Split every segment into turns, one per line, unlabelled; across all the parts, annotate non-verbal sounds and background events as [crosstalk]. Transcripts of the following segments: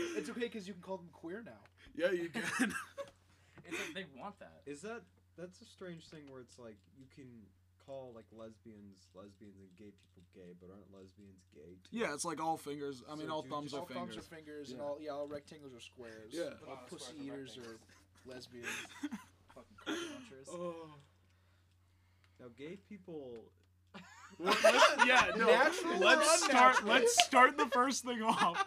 okay because you can call them queer now.
Yeah, you can. [laughs]
It's like they want that.
Is that that's a strange thing where it's like you can call like lesbians lesbians and gay people gay, but aren't lesbians gay? Too?
yeah, it's like all fingers. I mean,
So
all
do you
thumbs
just-
are
all
fingers.
thumbs are fingers, and
Yeah.
all yeah, all rectangles are squares.
Yeah.
all
Oh,
pussy
squares
eaters
are
are
rectangles.
[laughs]
lesbians.
Fucking cock punchers.
oh.
Now gay people
[laughs] Well,
[laughs]
let's, yeah, no.
Natural or
let's start.
unnatural?
Let's start the first thing off.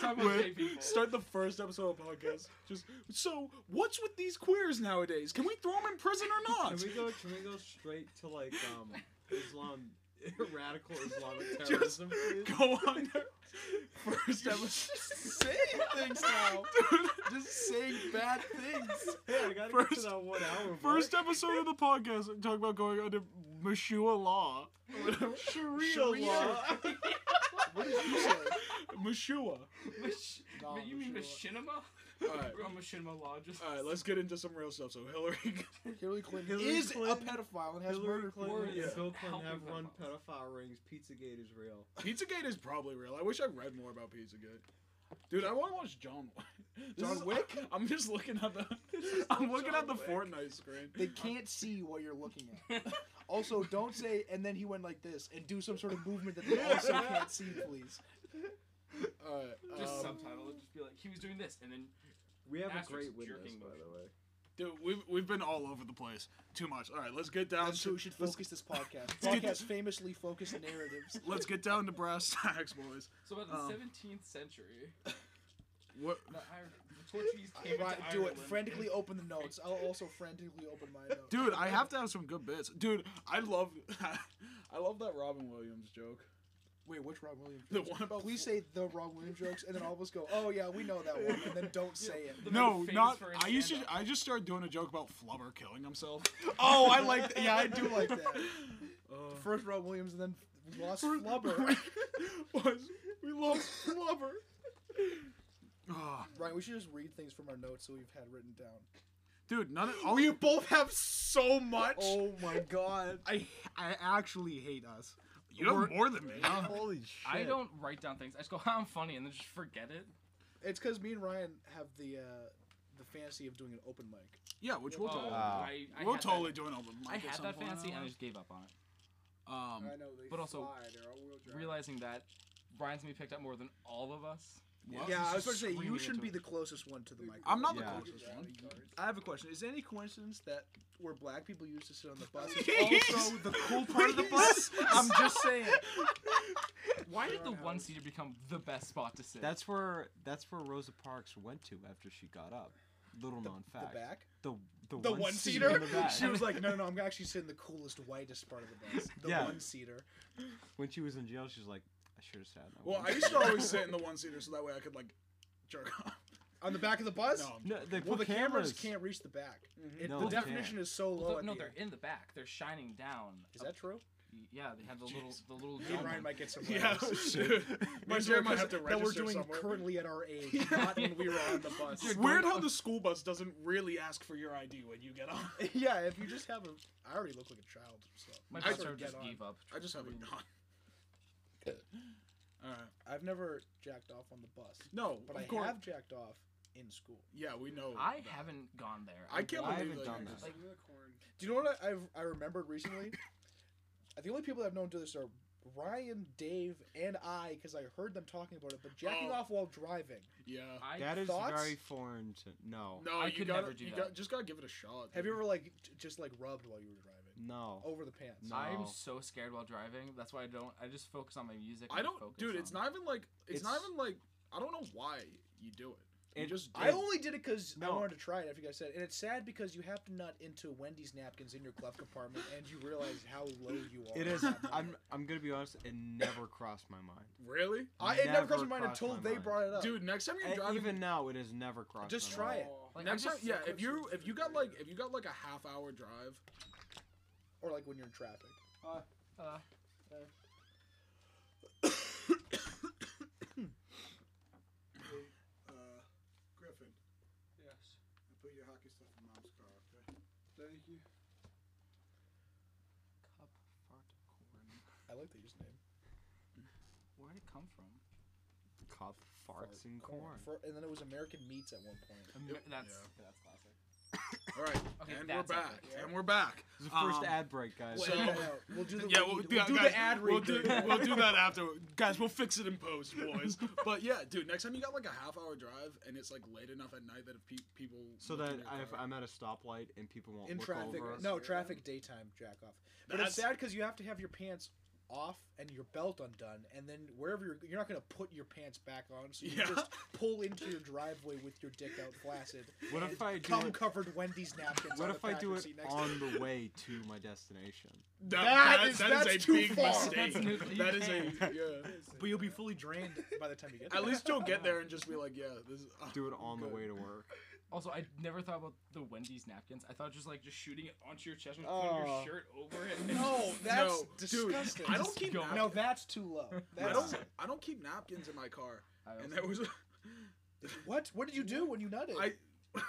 Talk about gay people.
With, start the first episode of the podcast. Just so, what's with these queers nowadays? Can we throw them in prison or
can
not? [laughs]
we go can we go straight to like um Islam [laughs] radical Islamic
Just
terrorism please?
go on there.
[laughs]
[laughs]
First episode.
saying things now.
[laughs]
Just saying bad things.
Hey, I gotta get
First-
to that one hour mark.
First episode of the podcast, and talk about going under Meshua law. Or whatever.
[laughs] Sharia,
Sharia.
[laughs] law.
What did you
[laughs]
say?
Meshua.
Mish-
Nah,
you mean
Machinima.
machinima?
Alright.
We're on machinima law. Just
Alright, let's get into some real stuff. So, Hillary.
Hillary Clinton
Hillary
is
Clinton-
a pedophile and has
Hillary
murder
Clinton
crimes.
and
Yeah.
Bill Clinton
Helping
have run
pedophiles.
pedophile rings. Pizzagate is real.
Pizzagate is probably real. I wish I read more about Pizzagate. Dude, I want to watch John Wick.
John Wick?
I'm just looking
[laughs]
at the. I'm looking at the
Wick.
Fortnite screen.
They can't see what you're looking at.
[laughs]
Also, don't say, and then he went like this, and do some sort of movement that they also can't see, please.
Alright,
just
um,
subtitle it. Just be like, he was doing this, and then
We have a
Asterisk
great witness,
jerking
by the
motion.
way.
dude, we've we've been all over the place. Too much. All right, let's get down
That's
to
who we should focus this podcast.
get
Podcast [laughs]
this-
famously focused narratives.
Let's get down to brass [laughs] tacks, boys.
so about the
Um.
17th century,
What?
the, Ir- the Portuguese came
Right,
into
do it.
Ireland.
Frantically open the notes. I'll also frantically open my notes.
Dude, I have to have some good bits. Dude, I love, [laughs] I love that Robin Williams joke.
Wait, which Rob Williams?
The
jokes?
one about
we say the Rob Williams jokes, and then all of us go, "Oh yeah, we know that one," and then don't say it.
The
No,
man famous
not.
for his
I used to.
stand-up.
I just started doing a joke about Flubber killing himself. oh, I like. that. Yeah, I do like that.
The first Rob Williams, and then we lost Flubber.
was we lost Flubber. Ah,
Ryan, we should just read things from our notes that we've had written down.
dude, none of all you both have so much.
Oh my
[laughs]
god.
I I actually hate us. You have more than me. huh?
Holy shit.
I don't write down things. I just go, [laughs] "Huh, I'm funny, and then just forget it.
It's because me and Ryan have the uh, the fantasy of doing an open mic.
Yeah, which we'll
Oh,
totally.
I, I
we'll
had
totally
That,
do an open mic.
I
at
had
some
that
point in
fancy,
our
and I
lives.
just gave up on it.
Um,
know they
But also, fly,
they're all
Realizing that Brian's gonna be picked up more than all of us.
well,
Yeah, I was
Just
going to say you
screaming
should
into
be
it.
the closest one to the mic.
I'm not
Yeah.
the closest one.
I have a question. Is it any coincidence that where black people used to sit on the
[laughs]
bus is [laughs] also the cool part of the bus? I'm just saying.
Why did the one seater become the best spot to sit?
That's where that's where Rosa Parks went to after she got up. Little known fact.
back?
The the,
The
one,
one
seat
seater?
in the back.
She was like, no, no, I'm gonna actually sit in the coolest, whitest part of the bus. The
Yeah.
one seater.
when she was in jail, she was like, I should have sat in that
Well,
one
I
[laughs]
used to
[laughs]
always sit in the one seater so that way I could like jerk off.
On the back of the bus?
No, I'm-
No, they put
Well, the
cameras.
cameras. can't reach the back. It-
No,
the
they
definition
can't.
is so low.
Well, the-
at
no,
the
they're
end.
in the back. They're shining down.
Is that true?
Yeah, they have the little the little.
Me and
dome.
Ryan might get [laughs] some.
[laughs] Yeah,
laughs.
dude. My
These
dad
are
might have to
jokes that we're
register
doing
somewhere.
currently at our age, not when we were on the bus.
It's weird how the school bus doesn't really ask for your ID when you get on.
[laughs] yeah, if you just have a, I already look like a child. So
My
I
brother
sort of
just
get on.
gave up.
I just haven't gone. All right.
I've never jacked off on the bus,
No,
but
of
I
course.
have jacked off in school.
Yeah, we know.
I haven't gone there.
I can't
I
believe
haven't
that
done
you
that.
just-
Do you know what I, I've I
[coughs]
remembered recently? the only people I've known do this are Ryan, Dave, and I, because I heard them talking about it. But jacking
Oh.
off while driving.
Yeah.
I,
That is
Thoughts?
very foreign to no.
no,
I
you
could
gotta,
never do
you
that.
Got, just gotta give it a shot.
Have you
dude.
ever like j- just like rubbed while you were driving
No.
over the pants?
No.
I'm so scared while driving. That's why I don't. I just focus on my music.
I
and
don't,
focus
dude. It's
on-
not even like it's,
It's-
not even like I don't know why you do it. You
It-
just do
I
it.
only did it because I
No.
wanted to try it. After you guys said, it. and it's sad because you have to nut into Wendy's napkins in your glove compartment, and you realize how low you are.
It
[laughs]
is.
at that moment.
I'm. I'm gonna be honest. It never crossed my mind.
really,
I it never
never
comes to mind
crossed
until
my
they
mind.
brought it up.
dude. Next time you're
And
driving,
even now, it has never crossed.
just
my
try
mind.
it,
Like,
next
I'm
time,
just-
yeah. If you if you got like if you got like a half hour drive,
or like when you're in traffic.
uh,
Uh, Griffin,
yes.
I put your hockey stuff in mom's car, okay? Thank [laughs] you.
Cup fart corn.
I like that you just name.
Where'd it come from?
Cop farts and corn.
For, and then it was American Meats at one point.
Amer- that's
yeah.
That's classic.
All right,
Okay,
and we're
that's
back,
epic.
and we're back.
This is the first
Um,
ad break, guys.
Wait,
so-
no, no, we'll do the
yeah,
read.
we'll,
We'll,
yeah,
do
guys,
the ad read.
We'll do,
dude.
we'll do that [laughs] after. Guys, we'll fix it in post, boys. but yeah, dude, next time you got like a half hour drive and it's like late enough at night that if pe- people
So
look
that
in your
if
car-
I'm at a stoplight and people won't
[laughs] in
look
traffic.
over.
No, traffic daytime jack off. But
that's,
it's sad because you have to have your pants off and your belt undone, and then wherever you're, you're not gonna put your pants back on, so you
Yeah.
just pull into your driveway with your dick out flaccid.
What if I do
Cum
it?
covered Wendy's napkins.
What
on
if
the
I do
passenger
it
seat next to
on the way to my destination?
that,
That
that-
is-
that is
that's
a
too
big
far.
That's
mistake.
nuclear.
that is a
You
yeah.
But you'll be fully drained by the time you get there.
At least you'll get there and just be like, yeah, this is. uh,
Do it on the
good.
way to work.
Also, I never thought about the Wendy's napkins. I thought just like just shooting it onto your chest and putting
Oh.
your shirt over it. and-
No,
[laughs]
that's
No,
disgusting.
Dude, I don't keep
Go.
napkins.
[laughs] No, that's too low.
I
That's,
don't. I don't keep napkins in my car.
I also-
And that was.
what? What did you do when you nutted?
I. [laughs]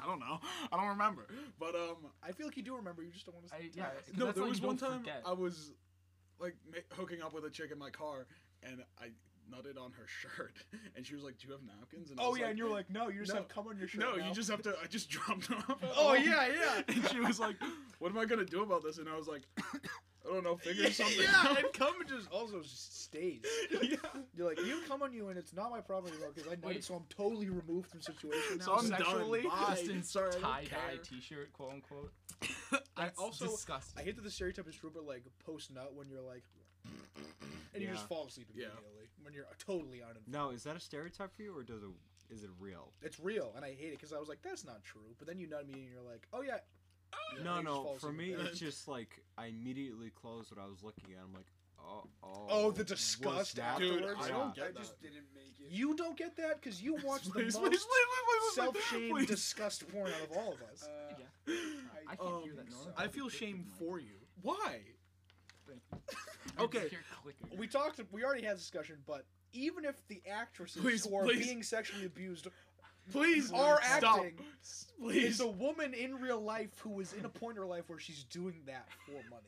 I don't know. I don't remember. But um,
I feel like you do remember. You just don't want to.
I, yeah, 'cause
no,
that's
there
all you
was one
don't
time
forget.
I was like ma- hooking up with a chick in my car, and I nutted on her [laughs] shirt, and she was like, "Do you have napkins?" And I
Oh
was
yeah,
like,
and you're like, no, you just
No.
have cum on your shirt.
"No,
now."
you just have to." I just [laughs] dropped it off. at
Oh
home."
yeah, yeah.
And she was like, "What am I gonna do about this?" And I was like, "I don't know, figure something
[laughs] Yeah,
[laughs] out."
and cum just also just stays.
Yeah.
You're like, you come on you, and it's not my problem anymore because I know
Wait.
it, so I'm totally removed from situation now.
So I'm done.
sexually
Bye.
distanced
[laughs] Sorry, I don't
tie dye
care.
T-shirt, quote unquote.
I
That's
also
I
disgusting.
hate that the stereotype is true, but like post nut when you're like, and you just
Yeah.
fall asleep
Yeah.
immediately when you're totally uninformed.
Now, is that a stereotype for you, or does it is it real?
It's real, and I hate it because I was like, that's not true. But then you nut me, and you're like, oh yeah. and
No,
you just
no.
fall
For
asleep
me,
in bed.
it's just like I immediately closed what I was looking at. I'm like, oh, oh.
Oh, the
was
disgust
that-
[laughs]
Dude,
afterwards.
I
Yeah.
don't
I
get
just
that.
didn't make it.
You don't get that because you watch the
Please, please,
most
please, please, please, please,
self-shame,
please. [laughs]
disgust porn out of all of us.
Uh,
Yeah.
I-
I can't
Um,
hear that normally.
I feel shame for you. Why?
I just
okay.
hear clicker.
We talked. We already had this discussion, but even if the actresses
Please,
who are
please.
being sexually abused
Please,
are
stop.
acting,
S-
is
Please,
a woman in real life who is in a point in her life where she's doing that for
[laughs]
money.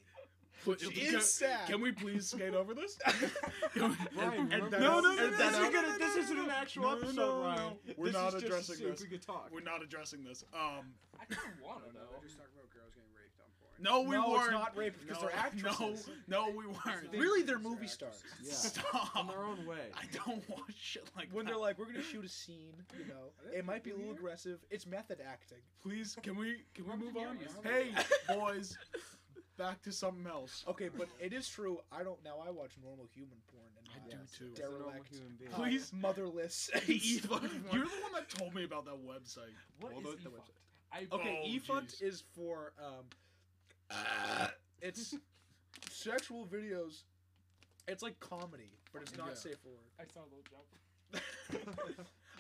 Please,
It
can-
is sad.
Can we please skate
[laughs]
over this?
Ryan,
Ed-
we're-
Ed-
no,
Ed-
no, no,
Ed-
no,
Ed-
this
Ed-
isn't gonna- this isn't an
no,
actual
no, no,
episode,
no,
Ryan.
no. We're
This
not
is just to
addressing
see if
this.
We could talk.
We're not addressing this. Um,
I kind of want
I
to
don't know.
though.
They're just talking about girls getting raped on porn.
no, we
no,
weren't.
it's not rape because
no,
they're actresses.
No, no, we weren't.
They-
Really, they're movie stars.
Yeah.
Stop.
In their own way.
I don't watch shit like
When
that.
they're like, we're gonna shoot a scene, you know, it might be a little aggressive. It's method acting.
please, can we can we
Robert
move
De
on?
Niro's-
Hey, boys, back to something
[laughs]
else.
Okay,
[laughs]
but it is true. I don't now. I watch normal human porn and
I
not
do
yes,
too.
As a normal
derelict,
human being.
uh,
Please.
motherless.
You're [laughs] the one that told me about that website.
What
Well,
is
the- the
eFunt?
website.
I
Okay,
Oh,
eFunt
jeez. Uh.
is for um, it's sexual videos. It's like comedy, but it's not
Yeah.
safe for work. [laughs]
I saw a little jump.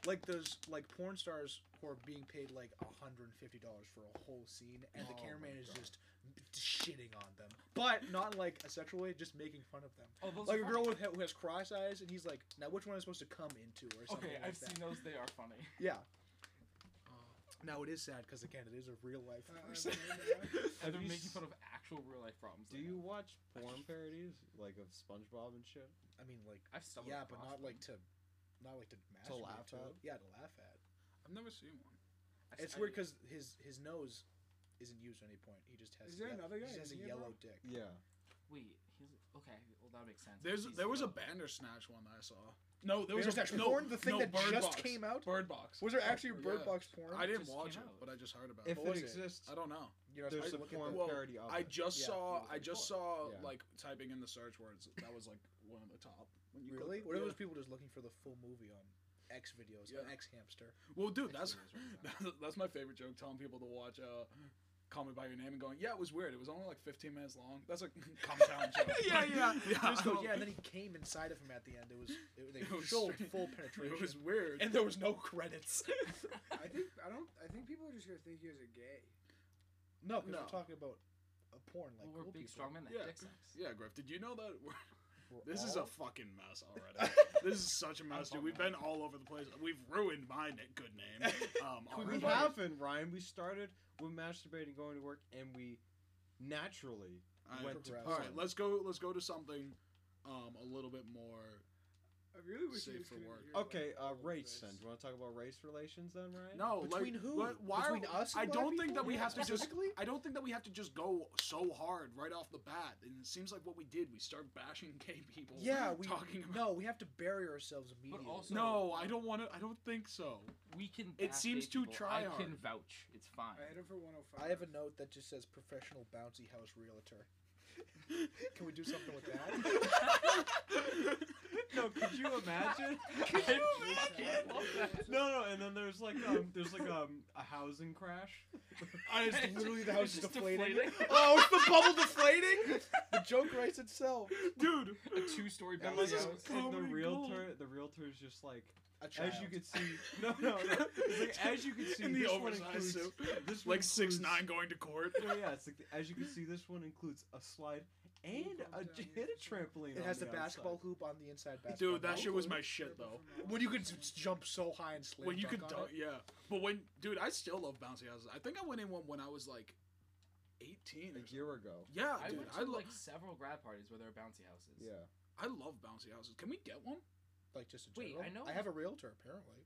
Like those like porn stars who are being paid like hundred and fifty dollars for a whole scene, and the
Oh my
cameraman is
God.
just shitting on them, but not in, like a sexual way, just making fun of them.
Oh, those
Like a
are
girl with who has cross eyes, and he's like, "Now which one am I supposed to come into?" or
funny.
something
Okay,
like
I've
that.
seen those. They are funny.
Yeah. Um, Now it is sad because again, it is a real life
Uh, I
person. [laughs]
remember
And they're
you s-
making fun of actual real life problems.
Do
I
you
know.
watch porn parodies like of SpongeBob and shit?
I mean, like,
I've stumbled.
yeah, but not
across them.
like to, not like to masturbate
laugh
to
at?
Yeah, to laugh at.
I've never seen one.
I s-
It's
I-
weird because his his nose isn't used at any point. He just has.
Is there
ye-
another guy
He just has a
in here,
yellow
bro?
dick.
Yeah.
Wait, he's okay. Well, that makes sense.
There's
He's
there was a
yellow.
Bandersnatch one that I saw. No, there was
Bandersnatch
a no,
porn, the thing
no,
that
Bird
just
Box.
came out?
Bird Box.
Was there actually a Bird
Yeah.
Box porn?
I didn't
just
watch it,
came out?
but I just heard about
If
it.
What was
it
it?
exists,
I don't know.
You're not
there's
supposed
a
to look at
porn
the.
Well,
parody of
I
it.
just
Yeah,
it
saw I
was
just saw
Yeah.
like typing in the search words that was like one of the top. When you
Really?
click-
What if it
Yeah.
was people just looking for the full movie on X videos on
Yeah.
X Hamster?
Well, dude, that's
Actually, it was
[laughs]
right
that's my favorite joke. Telling people to watch uh, Call Me by Your Name and going, yeah, it was weird. It was only like 15 minutes long. That's a [laughs] compound joke.
[laughs] Yeah, yeah.
[laughs] yeah.
Just
I
go,
don't-
yeah, and then he came inside of him at the end. It was it, they
[laughs] It was
showed
strange.
full
it
penetration,
was weird.
and there was no credits.
I think I don't. I think people are just gonna think he was a gay.
no, because
No.
we're talking about a porn like
Well, we're
cool
big
people.
strong men that
Yeah.
have dick sucks.
yeah, Griff, did you know that? We're,
We're
this is
all-
a fucking mess
[laughs]
already. this is such a mess, dude. We've been all over the place. We've ruined my na- good
[laughs]
name. Um,
We
already.
happened, Ryan. We started with masturbating, going to work, and we naturally
I-
went to
progressed.
All right,
porn.
let's go. Let's go to something um, a little bit more
I really wish
Save
you just
for
couldn't
work.
hear what
Okay,
all
uh,
of
race
this.
then. Do you want to talk about race relations then, Ryan?
No,
Between
like,
who?
what- why
Between
are,
us?
I
and black
don't think
people?
that we have to just.
Specifically?
I don't think that we have to just go so hard right off the bat. And it seems like what we did, we start bashing gay people.
Yeah, we
talking about.
no. We have to bury ourselves immediately.
also-
No, I don't want to. I don't
[laughs]
think so. [laughs]
We can.
It
bash
seems
gay
too
people.
try-hard.
I can vouch. It's fine.
I had him for 105.
I have a note that just says professional bouncy house realtor. [laughs] Can we do something with that? [laughs]
No,
[laughs]
could you imagine?
Could you
imagine?
no, no, and then there's like um, there's like um, a housing crash.
[laughs]
I just literally the house
It's
is
just
deflating.
deflating.
oh, it's the bubble deflating. the joke writes itself.
Dude,
A two-story
And,
bouncy
like,
house.
is
and the
comedy
realtor,
gold.
the realtor's just like,
A child.
as you could see, [laughs] no, no, no. It's like, as you could
[laughs]
see,
in the
this one
oversized
includes-
suit,
this one
like six
includes-
nine going to
[laughs]
court.
No, yeah, it's like as you can see, this one includes a slide and a
Down here.
[laughs] hit a trampoline.
it has the
on the
basketball
outside.
hoop on the inside basketball.
Dude, that
hoop.
shit was my shit though.
When you could s- jump so high and slam.
[laughs] When you could
dunk on
dunk, yeah. But when, dude, I still love bouncy houses. I think I went in one when I was like, eighteen. Or
a year ago.
something. yeah,
I
dude,
went to
I, lo-
like several grad parties where there were bouncy houses.
[laughs] Yeah.
I love bouncy houses. Can we get
[laughs]
one?
it, like just a
Wait,
general.
I know-
I have a realtor apparently.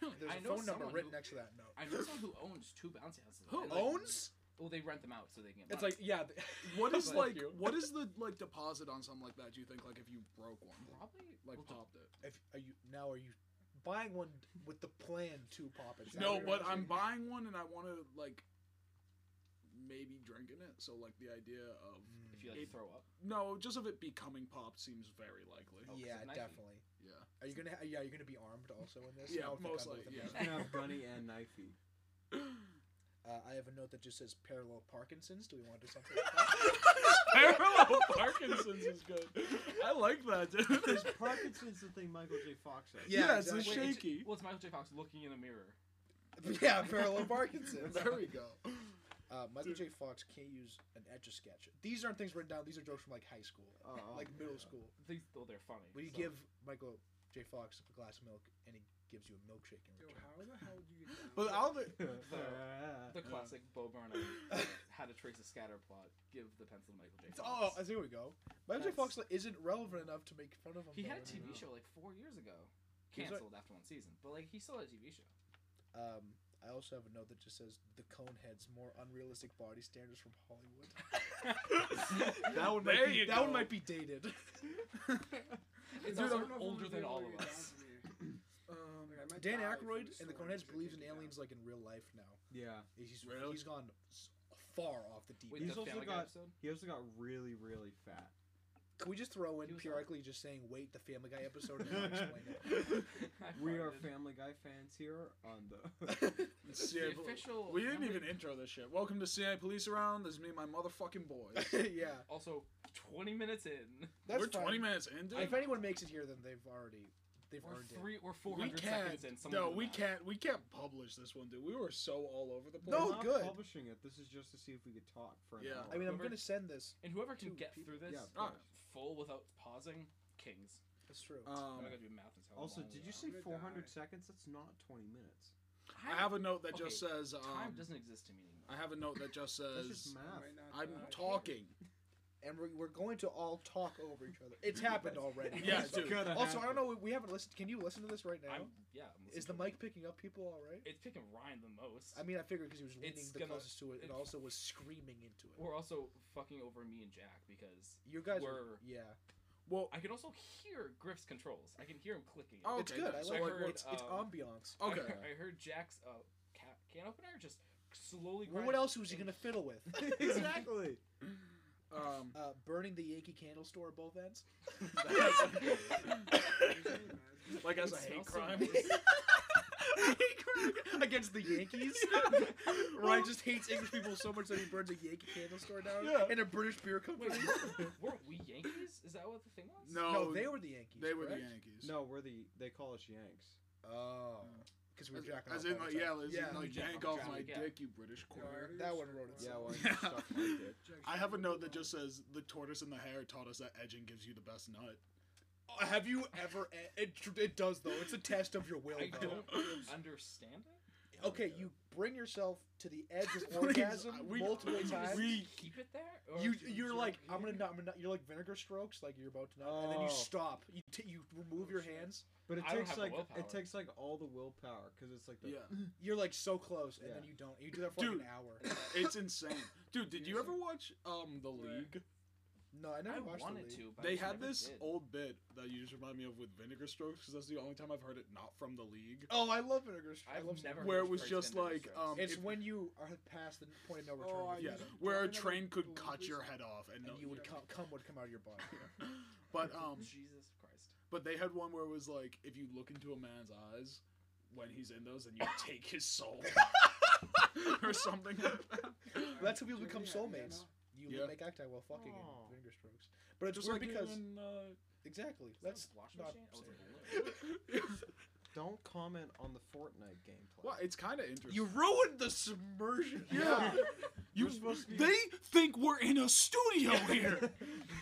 Really?
There's
I
a
know
phone number
someone
written
who-
next to that note.
I know someone who owns two bouncy houses.
Who
and, like,
Owns?
Well, they rent them out so they can. Get
It's like
money.
yeah. th- [laughs]
What is
Thank
like?
you.
What is the like deposit on something like that? Do you think like if you broke one,
probably
like
well,
popped it?
If are you now are you buying one with the plan to pop it? down?
No, but I'm buying one and I want to like maybe drink in it. So like the idea of
If
Mm.
you like
It-
throw up,
no, just of it becoming popped seems very likely.
Oh, 'cause
yeah,
of Nike.
definitely.
Yeah.
Are you gonna? ha- Yeah, you're gonna be armed also in this.
Yeah,
I don't think
most
I'm with the
likely, yeah.
man.
You can have gunny and knifey.
Uh, I have a note that just says parallel Parkinson's. Do we want to do something? Like that? [laughs]
[laughs] Parallel Parkinson's is good. I like that,
Because
dude.
Parkinson's the thing Michael J. Fox has.
[laughs] Yeah,
Yeah, it's a
exactly.
Wait, it's-
shaky.
well, it's Michael J. Fox looking in a mirror.
yeah, parallel Parkinson's.
There we go.
[laughs] Uh, Michael J. Fox can't use an etch a sketch. These aren't things written down. These are jokes from like high school,
Oh,
like
okay.
middle school.
They, though they're funny.
When you
so-
give Michael J. Fox a glass of milk and he gives you a milkshake in
Yo,
return.
how the hell do you get down?
But I'll.
the
Yeah.
classic Bo Burnham, uh, How to Trace a Scatter Plot. Give the pencil to Michael J.
It's- Oh, I
Fox.
see where we go. Michael J.
That's-
Fox like, isn't relevant enough to make fun of him.
he
though
had a
anymore.
TV
know.
show like four years ago,
He was like-
canceled after one season. But like he still had a TV show.
Um, I also have a note that just says the Coneheads more unrealistic body standards from Hollywood. [laughs] that one might
There
be,
you
that one
go.
might be
[laughs]
dated. [laughs]
It's
I
also
don't know if I'm
older
gonna
than
be able
all
to
of
get down
us.
from here.
Um,
Like, I might
Dan
die from
Aykroyd
this
and the
storm,
Coneheads
which I
believes in
can't get
aliens like in real life now.
[laughs] Yeah.
He's
Really?
he's gone s- far off the deep.
Wait,
end.
He's
the
also
Family Guy
got-
episode. [laughs]
He also got really, really
[laughs]
fat.
Can we just throw in
He was
periodically just saying wait the Family Guy episode
[laughs]
and then explain it?
I
We are
farted.
Family Guy fans here on the. [laughs]
[laughs] it's
The
CI Pol-
official.
we didn't
Family-
even intro this shit. Welcome to CI Police Around. This is me and my motherfucking boys.
[laughs] yeah,
Also, 20 minutes in.
that's
We're
fine.
20 minutes in, dude.
If anyone makes it here, then they've already they've
Or
earned it.
three or four
we
hundred
can't.
seconds in. someone
No,
do
we
that.
can't. We can't publish this one, dude. We were so all over the place.
No,
We're not
good.
Publishing it. This is just to see if we could talk for an
Yeah.
hour.
I mean, I'm
Whoever-
gonna send this.
And whoever can
Two
get
people.
through this
Yeah, of
course.
full without pausing, kings.
That's true.
I'm
Um,
not gonna do math. Until
also, did you
I'm
say
gonna
400
die.
seconds? That's not 20 minutes.
I have a note that just says. Um,
time doesn't exist to me anymore.
I have a note that just
That's
says.
just
I
math.
might not
I'm
die.
talking.
and we're, we're going to all talk over each other. It's happened
[laughs]
already.
Yeah,
It's
dude.
gonna
Also, I don't
happen. [laughs]
know. we- We haven't listened. Can you listen to this right now?
I'm, yeah. I'm
Is the
listening to
mic picking up people all right?
it. It's picking Ryan the most.
I mean, I figured because he was leaning
It's
the
gonna-
closest to it, and
it-
also was screaming into it.
We're also fucking over me and Jack because
you guys were,
we're-
yeah.
Well,
I can also hear Griff's controls. I can hear him clicking.
Oh,
it's
okay,
good. I
no,
like
so
like,
it. It's, it's
um,
ambiance.
I
okay.
heard- I, heard Jack's uh, ca can opener just slowly.
Well,
Grind.
what else was he gonna fiddle with?
[laughs]
[laughs]
exactly.
[laughs]
Um,
Uh, burning the Yankee Candle Store at both ends. [laughs]
[laughs]
[laughs]
like as
It
a hate
smells so
crime. [laughs]
nice.
Against the Yankees, Ryan just hates English people so much that he burns a Yankee candle store down
Yeah.
and a British beer company.
Wait, weren't we Yankees? Is that what the thing was?
no,
no, they were the Yankees.
they were the
correct?
Yankees.
No, we're the. They call us Yanks.
Oh, because we were
As,
jacking
as
off
in,
all
like,
the
yeah,
time.
as
yeah.
in, like,
Yeah.
yank off
Yeah.
my
Yeah.
dick, you British
Yeah,
queer.
That one wrote
Yeah,
itself.
why don't
Yeah.
you suck
[laughs]
my dick?
I have a note that just says the tortoise and the hare taught us that edging gives you the best nut.
Oh, [laughs] Have e, you ever? It, it does though. It's a test of your will.
[laughs] I
though.
don't really understand it.
hell
[laughs] Okay,
yeah.
you bring yourself to the edge of
Please,
orgasm
[laughs] we-
multiple
[laughs] we-
times.
we-
keep it there. Or
you
do
you're
jerk
like
it
I'm gonna
in?
not, I'm gonna not- you're like vinegar strokes like you're about to not and then you
Oh.
stop you t- you remove
Oh,
your
shit.
hands
But it
I don't
takes
have the
like
willpower.
it takes like all the willpower because it's like the
[laughs]
[laughs]
Yeah.
you're like so close and then
Yeah.
you don't you do that for like
Dude.
an hour
It's insane. Dude, did you ever watch um The League?
no I never
I
watched
wanted
the league.
to, but I
They
just
had
never
this
did.
old bit that you just remind me of with Vinegar Strokes because that's the only time I've heard it not from The League.
oh I love vinegar strokes I
I've
love
never
never
Where
heard
it was
phrase
just
Vinegar
like,
Strokes.
um,
it's
if-
when you are past the point of no return
Oh,
with
yeah,
you,
it-
where a
Don't I
train could
believe
cut
this?
your head off and,
and
no-
you would
yeah.
come cum would come out of your
[laughs]
body
but um
Jesus Christ.
but they had one where it was like if you look into a man's eyes when he's in those and [laughs] you take his soul or something like that.
that's how people become
Yeah, yeah,
soulmates
no.
you
Yeah.
make act out while fucking and
Oh.
vinegar strokes but it's
just
weird
like
because
in, uh,
exactly
Is that a
let's
wash
not
machine? Oh,
say
it's a
that.
[laughs] bullet.
[laughs]
Don't comment on the Fortnite gameplay.
uh, well, it's kind of interesting.
you ruined the submersion
yeah, you.
We're supposed to be-
They think we're in a [laughs] studio here.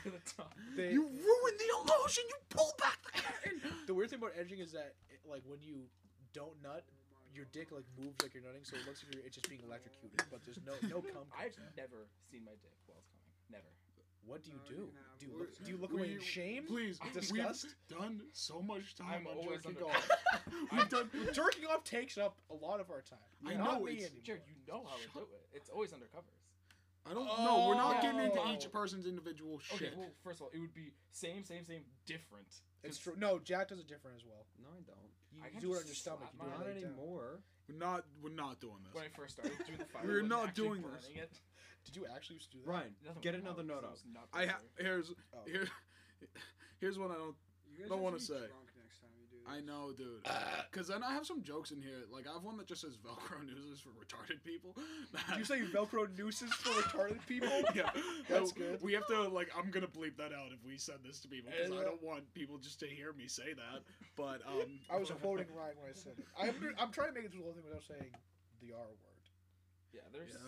The top.
They-
you ruined the illusion. You pull back the curtain.
The weird thing about edging is that, it, like, when you don't nut, your dick like moves like you're nutting, so it looks like you're it's just being electrocuted. But there's no no cum.
I've
comes out.
never seen my dick while it's coming. Never.
What do you
No,
do?
you have-
Do you
Or-
look, do you look
Will
away in
you-
shame?
Please,
Disgust?
We've done so much time
I'm
on
always
jerking
under-
off. [laughs] we've
I'm-
done.
[laughs] Jerking off takes up a lot of our time.
I
Not
know,
me
it's-
anymore.
[laughs] Jared, you know how to do it. It's always under covers.
I don't know. We're not getting into
Oh.
each person's individual shit.
Okay, well, first of all, it would be same, same, same, different.
It's true.
'Cause
No, Jack does it different as well.
no, I don't.
You
I can
do it
just
on your stomach. You
slap
do it
Not
laid down.
anymore.
We're not. We're not doing this.
When I first started doing
[laughs]
the fire,
We're
and
not
actually
doing this.
burning it, [laughs]
Did you actually used to do that?
Ryan,
nothing
get
would
another
happen,
note
so
up.
it's not
I ha-
preserved.
Oh.
here's here, [laughs] here's one I don't.
You guys
Don't
have
wanna
be
say.
Drunk next time you do this.
I know, dude.
Ah.
Cause then I have some jokes in here. Like I have one that just says Velcro news is for retarded people. [laughs]
Did you say [laughs] Velcro nooses for retarded people?
yeah,
That's
So
good.
We have to like. I'm gonna bleep that out if we said this to people because
Yeah.
I don't want people just to hear me say that. But um,
I was quoting Ryan when I said it. I'm, I'm trying to make it through the whole thing without saying the R word.
Yeah, there's.
[laughs]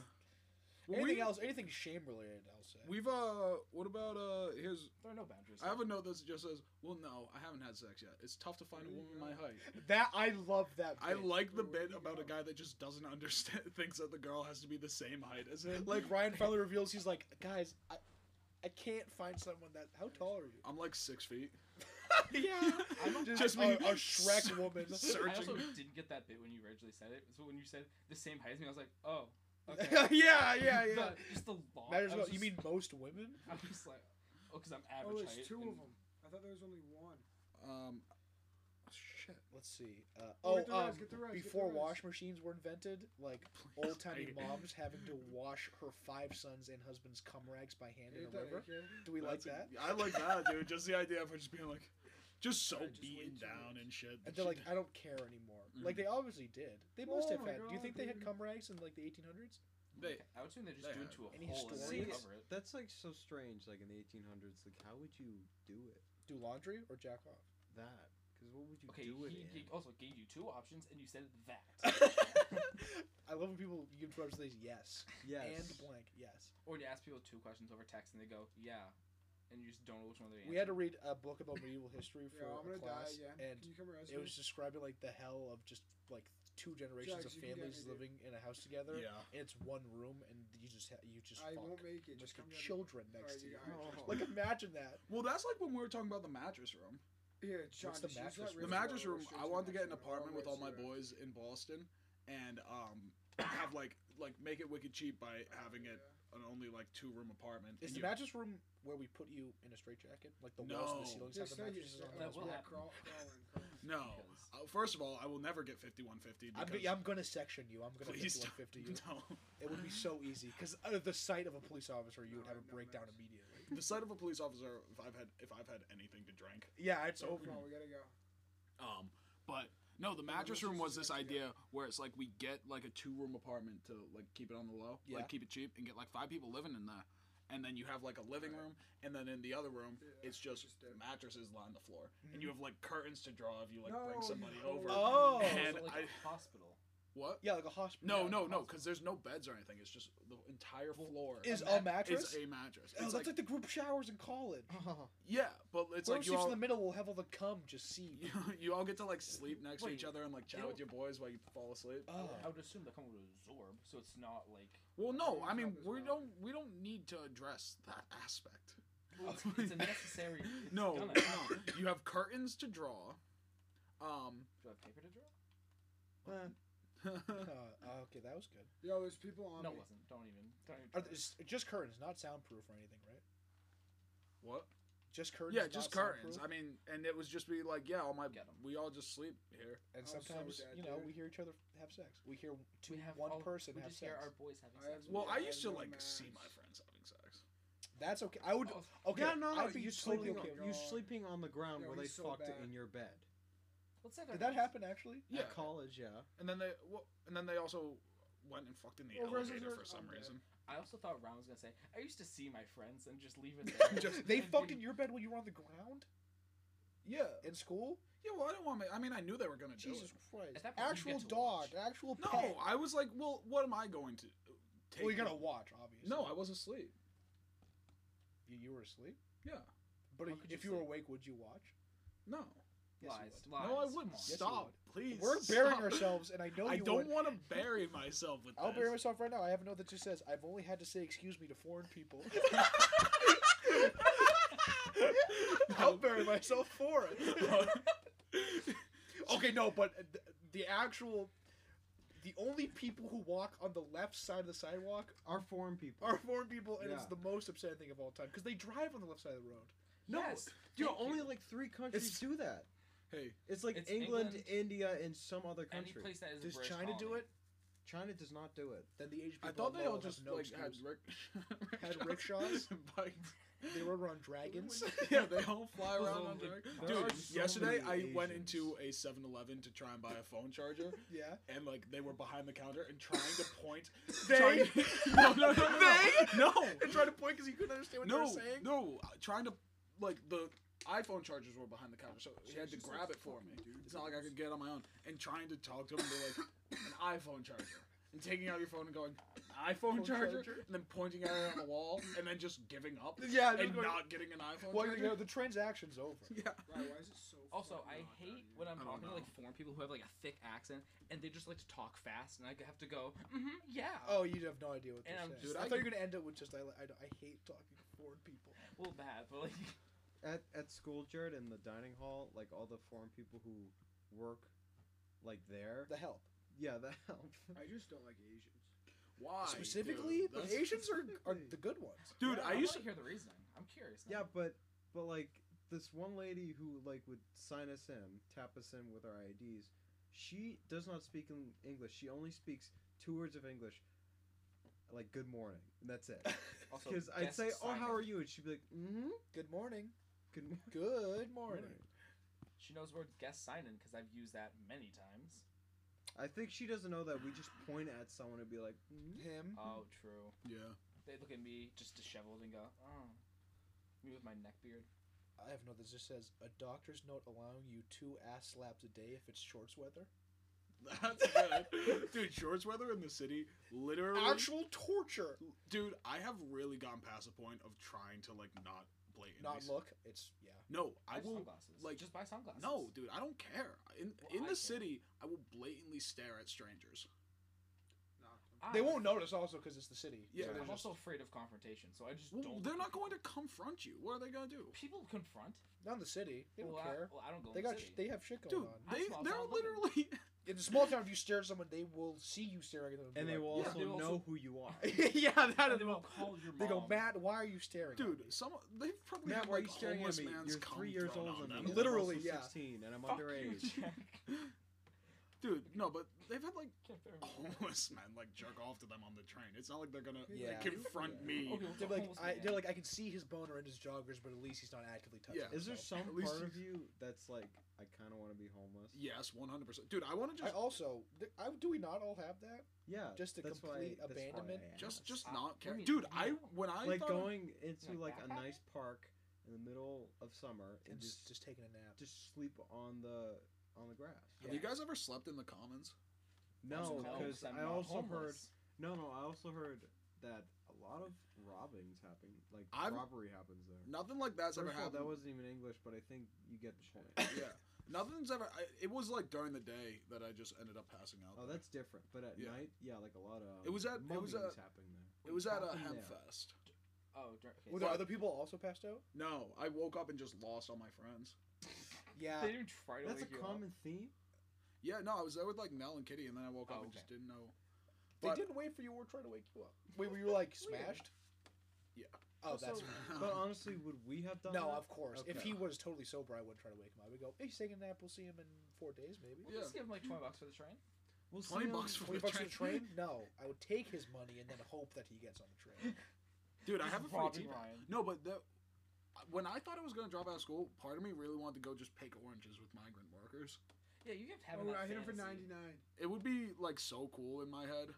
Yeah. Well,
Anything
we-
else? Anything shame related? I'll say.
We've uh. What about uh? Here's.
There are no boundaries.
I have a note that just says, "Well, no, I haven't had sex yet. It's tough to find a woman my height."
[laughs] That I love that.
I
bit.
like the
Where would
bit
you
about a
go?
guy that just doesn't understand, [laughs] thinks that the girl has to be the same height as him.
like Ryan finally reveals he's like, guys, I, I can't find someone that. How tall are
I'm like six feet.
you? yeah,
I'm
just,
just
a,
me
a Shrek
s-
woman.
searching.
[laughs] I also [laughs] didn't get that bit when you originally said it. So when you said the same height as me, I was like, oh,
[laughs]
okay.
yeah, yeah,
The-
yeah.
just the long.
Matters
I
well.
was
You
just-
mean most women?
I was just like, oh, because I'm
Oh,
average
there's
height.
two
and-
of them. I thought there was only one.
Um, shit.
Let's see. Uh,
Oh,
oh,
get the
um,
res, get the res, get the
before
res.
wash machines were invented, like
Please,
[laughs]
old timey
[laughs] I-
moms having to wash her five sons and husband's cum rags by hand in
Ain't
a
that
river.
okay?
Do we like
That's a-
[laughs]
that?
I like that, dude. Just the idea of her just being like, just so
Sorry, just way
beaten
too
down and shit.
And they're like, I don't care anymore. Like they
Mhm.
obviously did. They must
Mm.
have
Oh my
had. Do you
God,
think they had
dude.
cum rags in like the 1800s?
they,
Okay, I would assume they just
they
do it
have.
to a
Any
hole and
stories?
then cover it.
That's like so strange. Like in the 1800s, like how would you do it?
Do laundry or jack
[laughs]
off?
That because what would you
Okay,
do it
he,
in?
he also gave you two options, and you said
[laughs]
that.
I love when people you give brothers these yes.
Yes.
and blank yes.
or you ask people two questions over text, and they go, yeah, and you just don't know which one they
We
answer.
had to read a book about medieval history for
Yeah, I'm
a
gonna die
class,
again.
and
Can you come arrest
it
me?
was describing like the hell of just like two generations
Jags,
of
you can get
families
me, dude.
living in a house together.
yeah.
And it's one room, and you just ha- you just
I
fuck
won't make it.
with
Just
your
come down
children
All
next
right,
to
you
you.
got- all right,
[laughs]
Like imagine that.
Well, that's like when we were talking about the mattress room.
Yeah, John,
What's the
just use
mattress
that
room?
The
razor
mattress
to go
room.
straight
I wanted to
the
get an
mattress room, all
apartment with
the
all
way
my
to the rack.
boys in Boston, and um, [coughs] have like like make it wicked cheap by having it
Yeah.
an only like two room apartment.
Is
[laughs] and
the
you-
mattress room where we put you in a straitjacket? Like the walls and the
No.
ceilings
Yeah,
have
stay
the
here,
mattresses
stay-
on
That
them. as
will
well?
happen.
yeah, crawl, crawl in, crawl in.
no. Uh,
Because-
first of all, I will never get fifty one fifty
I'm,
because
yeah, I'm gonna section you. I'm gonna
Please
5150 you.
no. [laughs]
It would be so easy because uh, the sight of a police officer, you would
No,
have a
I know,
breakdown
Max.
immediately.
the sight of a police officer if I've had if I've had anything to drink.
Yeah, it's
So
over.
crawl, we gotta go.
Um, but no, the
then
mattress
let's
room
just
was
do
this
that together.
idea where it's like we get like a two room apartment to like keep it on the low,
Yeah.
like keep it cheap, and get like five people living in there, and then you have like a living
Right.
room, and then in the other room
Yeah,
it's just
just it.
mattresses lie on the floor, and you have like curtains to draw if you like
No, Uh,
bring somebody
no.
over.
Oh.
It's
And
like
I-
a hospital.
What?
Yeah, Oh, like a hospital.
No, no, no, because there's no beds or anything. It's just the entire floor
Is
It's
a mattress?
a mattress.
Oh,
It's
that's like,
like,
the group showers in college.
yeah, but it's
Whoever
like you
sleeps
all
in the middle will have all the cum just see.
you, [laughs] you all get to like sleep next to each
Wait,
other and like
they
chat with
don't-
your boys while you fall asleep.
Oh.
I would assume that cum would absorb, so it's not like
Well, no, I mean
As
we
well.
don't we don't need to address that aspect.
[laughs]
well, it's, it's a necessary.
[laughs]
It's
No,
gonna-
no, you have curtains to draw. Um, [laughs]
Do I have paper to draw?
Uh, okay, that was good.
Yo, there's people on
No,
me.
it wasn't. Don't even. Don't even.
Are
try.
th- it's just curtains, not soundproof or anything, right?
what?
Just curtains.
Yeah,
not
just curtains.
soundproof?
I mean, and it was just be like, yeah, all my
Get 'em.
we all just sleep here.
And
I'm so
sometimes,
dead,
you know,
dude.
Oh, we hear each other have sex. We hear two,
we have
one
all-
person
We
have
just
sex.
hear our boys having
I
sex.
have-
Well, I
Yeah,
used to
no
like
match.
see my friends having sex.
That's okay. I would.
Oh,
Okay,
Yeah, no, no,
I'd be
you
totally
sleeping,
okay.
on-
with-
you
God.
sleeping on the ground
Yo,
where they
he's so
fucked
bad.
in your bed.
let's have
Did
our-
that happen
[laughs]
actually?
Yeah,
At college, yeah.
and then they well, and then they also went and fucked in the
Well, where's
elevator
this-
for some
I'm dead.
reason.
I also thought Ron was gonna say, I used to see my friends and just leave
[laughs]
it there.
Just-
They
And
fucked
be-
in your bed when you were on the ground
Yeah,
in school.
yeah. Well, I don't want. My, I mean, I knew they were gonna do
Jesus
it.
Christ!
At that point, you
Actual
get to
dog,
watch.
actual
No,
pet.
I was like, well, what am I going to? uh, Take
Well, you're gonna
it?
watch, obviously.
No, I was asleep.
You, you were asleep.
Yeah,
But
How
if-
could you
if you were
sleep?
awake, would you watch?
no,
Yes, you
lies,
would.
lies.
no, I
Come
wouldn't.
on.
Yes, you
Stop, please.
We're burying
stop.
ourselves, and I know
[laughs] I
you
don't
would.
want to bury myself with
I'll
this. [laughs]
bury myself right now. I have a note that just says, "I've only had to say excuse me to foreign people." [laughs] I'll bury myself for [laughs] it. okay, no, but th- the actual, the only people who walk on the left side of the sidewalk
Our foreign people.
are foreign people, and it's
Yeah.
the most upsetting thing of all time because they drive on the left side of the road.
no,
Yes,
dude,
thank
only
you.
like three countries
It's-
do that.
[laughs] Hey,
It's like
It's
England,
England.
India, and some other
any
country.
place that is a
Does
British
China do
colony.
it?
China does not do it.
Then the Asian people
I thought
on
they
Lowell
all
have
just
no
like had
excuse.
rick, [laughs]
Had rickshaws?
and bikes.
[laughs] they were on dragons.
yeah, they all fly
Those
around
are
on
the-
direct.
There
Dude,
are so
yesterday I
many
went
Asians.
into a 7-Eleven to try and buy a phone charger,
yeah. [laughs]
and like they were behind the counter and trying to point.
They-
trying, [laughs] no, no, no, no,
They-
no,
[laughs] And try to point because you couldn't understand what
no,
they were
no,
saying.
no, uh, trying to like the iPhone chargers were behind the counter, so he had to
Jesus,
grab
that's
it for me.
fucking dude,
It's not like I could get on my own. And trying to talk to him to
[laughs]
like an iPhone charger. And taking out your phone and going, iPhone
Phone
charger,
charger?
and then pointing at it on the wall, and then just giving up
[laughs] Yeah, just
and
going-
not getting an iPhone
Well, you
charger.
know, the transaction's [laughs] over.
Yeah.
Right, why is it so
[laughs] Also,
fucking
I
hot down
hate
here?
when I'm
I don't
talking to
know.
like foreign people who have like a thick accent and they just like to talk fast, and I have to go, mm-hmm, yeah.
Oh, you have no idea what they're
And I'm
saying.
just-
I,
I
thought you were
can-
gonna end it with just I, I, I hate talking to foreign people.
Well, bad, but like,
At at school, Jared, in the dining hall, like all the foreign people who work, like there.
The help
yeah, that help.
[laughs]
I just don't like Asians.
Why?
specifically,
dude?
the
That's-
Asians [laughs] are, are
Specifically.
the good [laughs] ones.
Dude,
yeah,
I
wanna
used to.
hear the reasoning. I'm curious.
[laughs] Yeah,
now.
but but like this one lady who like would sign us in, tap us in with our IDs. She does not speak in English. She only speaks two words of English, like "Good morning," and that's
[laughs]
it.
Also,
Because I'd
best
say, "Oh,
sign
how
of-
are you?" and she'd be like, "Mm-hmm."
Good morning.
Good morning.
Good morning.
She knows where guest sign in because I've used that many times.
I think she doesn't know that we just point at someone and be like, "Mhm."
Him.
Oh, true.
Yeah. [laughs]
They look at me just disheveled and go, oh. Me with my neck beard.
I have no. This just says a doctor's note allowing you two ass slaps a day if it's shorts weather.
That's good. Dude, shorts weather in the city, literally.
Actual torture.
dude, I have really gone past the point of trying to, like, not blatantly.
Not
s-
look. It's yeah.
No, I
Buy
will.
sunglasses.
like,
just buy sunglasses.
No, dude, I don't care. In,
Well,
in
I
the
care.
city, I will blatantly stare at strangers.
Nah,
I-
They won't notice also because it's the city.
Yeah.
So
I'm
they're just-
also afraid of confrontation, so I just
Well,
don't.
they're not going to confront you. What are they going to do?
People confront.
not in the city. They don't
well,
care.
I, well, I don't go.
they
in the
got.
city.
Sh- they have shit going
Dude,
on.
I
they,
smile,
they're
smile,
literally.
In the small town, if you stare at someone, they will see you staring at them.
and
be
they
like,
will
Yeah,
also
they
know
will also-
who you are."
yeah, that
And
is
they will call your mom.
They go, Matt, why are you staring? at
Dude,
me?"
some they've [laughs] probably
Matt,
had,
why are
like,
you staring at
homeless
me?
man's
You're
cum
three years
thrown
older
on
than me.
them.
and I'm
Literally,
also
yeah.
16, and I'm
Fuck
underage.
[laughs] You, Jack.
Dude, no, but they've had like [laughs]
Can't bear me.
homeless men like jerk off to them on the train. It's not like they're gonna
Yeah.
like, confront me.
Okay, well,
They're
the
like,
homeless
I,
man.
they're like, I can see his boner in his joggers, but at least he's not actively touching.
Yeah.
Is there
himself."
some
At least
part
you-
of you that's like, I kind of want to be homeless?
Yes, one hundred percent, dude. I want to
I
just
also, th- I, do we not all have that?
Yeah.
Just a
that's why-
complete
that's why I
abandonment?
asked.
just just
I-
not care,
I mean,
dude.
you
I
know,
when I
like
thought of-
going into like
Like
a
that?
nice park in the middle of summer and
And just,
just
just taking a nap.
just sleep on the on the grass.
Have you guys ever slept in the commons?
No,
No,
because
'cause I'm
I
not
also heard.
homeless.
No, no, I also heard that a lot of robbings happen, like
I'm-
robbery happens there.
Nothing like that's
First
ever
of all,
happened.
that wasn't even English, but I think you get the point.
yeah. Nothing's ever. I, it was like during the day that I just ended up passing out.
Oh,
there.
that's different. But at
Yeah.
night, yeah, like a lot of
It was at-
muggings
it was at-
happening there.
It was at a
happened there?
Hempfest.
Oh, dr- okay.
Were there other people also passed out?
No, I woke up and just lost all my friends.
Yeah.
they didn't even try to
That's
wake
a
you up.
common theme.
Yeah, no, I was there with like Mel and Kitty, and then I woke up
Oh,
and
okay.
just didn't know.
They
But-
didn't wait for you or try to wake you up. Wait, were you like smashed?
Yeah.
Oh, that's
Also-
[laughs]
But honestly, would we have done
no,
that?
of course. If
Okay.
he was totally sober, I wouldn't try to wake him up. I would go, hey, he's taking a nap. We'll see him in four days, maybe.
We'll just give him like twenty bucks for the train.
We'll
twenty
see
bucks
on-
for
20
the
bucks for
train.
the train? No. I would take his money and then hope that he gets on the train.
Dude, I
Just
have
[laughs]
a free
robbing
tea bag.
Ryan.
No, but that when I thought I was gonna drop out of school, part of me really wanted to go just pick oranges with migrant workers.
Yeah, you kept having
Oh,
that
I hit
fantasy.
It would be like so cool in my head,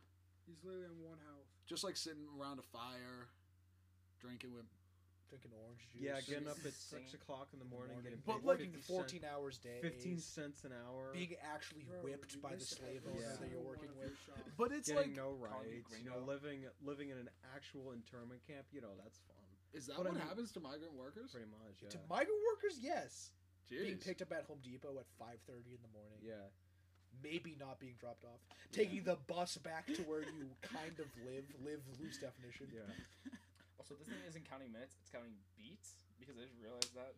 He's literally on one health.
just like sitting around a fire, drinking with.
Drinking orange juice.
[laughs] Yeah, getting up at
Singing
six o'clock in the morning, getting
But
paid
like
50
fourteen hours day.
cent, fifteen cents an hour,
being actually
Bro,
whipped
you
by the
missed
slave owner
every
Yeah.
that you're
single
working
one of
with.
your shots.
[laughs]
But it's like,
getting no
calling you
rights, you know,
gringo.
living living in an actual internment camp. You know, that's fun,
is that
but
what
I mean-
happens to migrant workers?
pretty much. Yeah,
To migrant workers, yes. Being
Jeez.
picked up at Home Depot at five thirty in the morning.
yeah.
Maybe not being dropped off. Taking the bus back to where you
[laughs]
kind of live. Live loose definition.
Yeah.
Also, this thing isn't counting minutes; it's counting beats because I just realized that.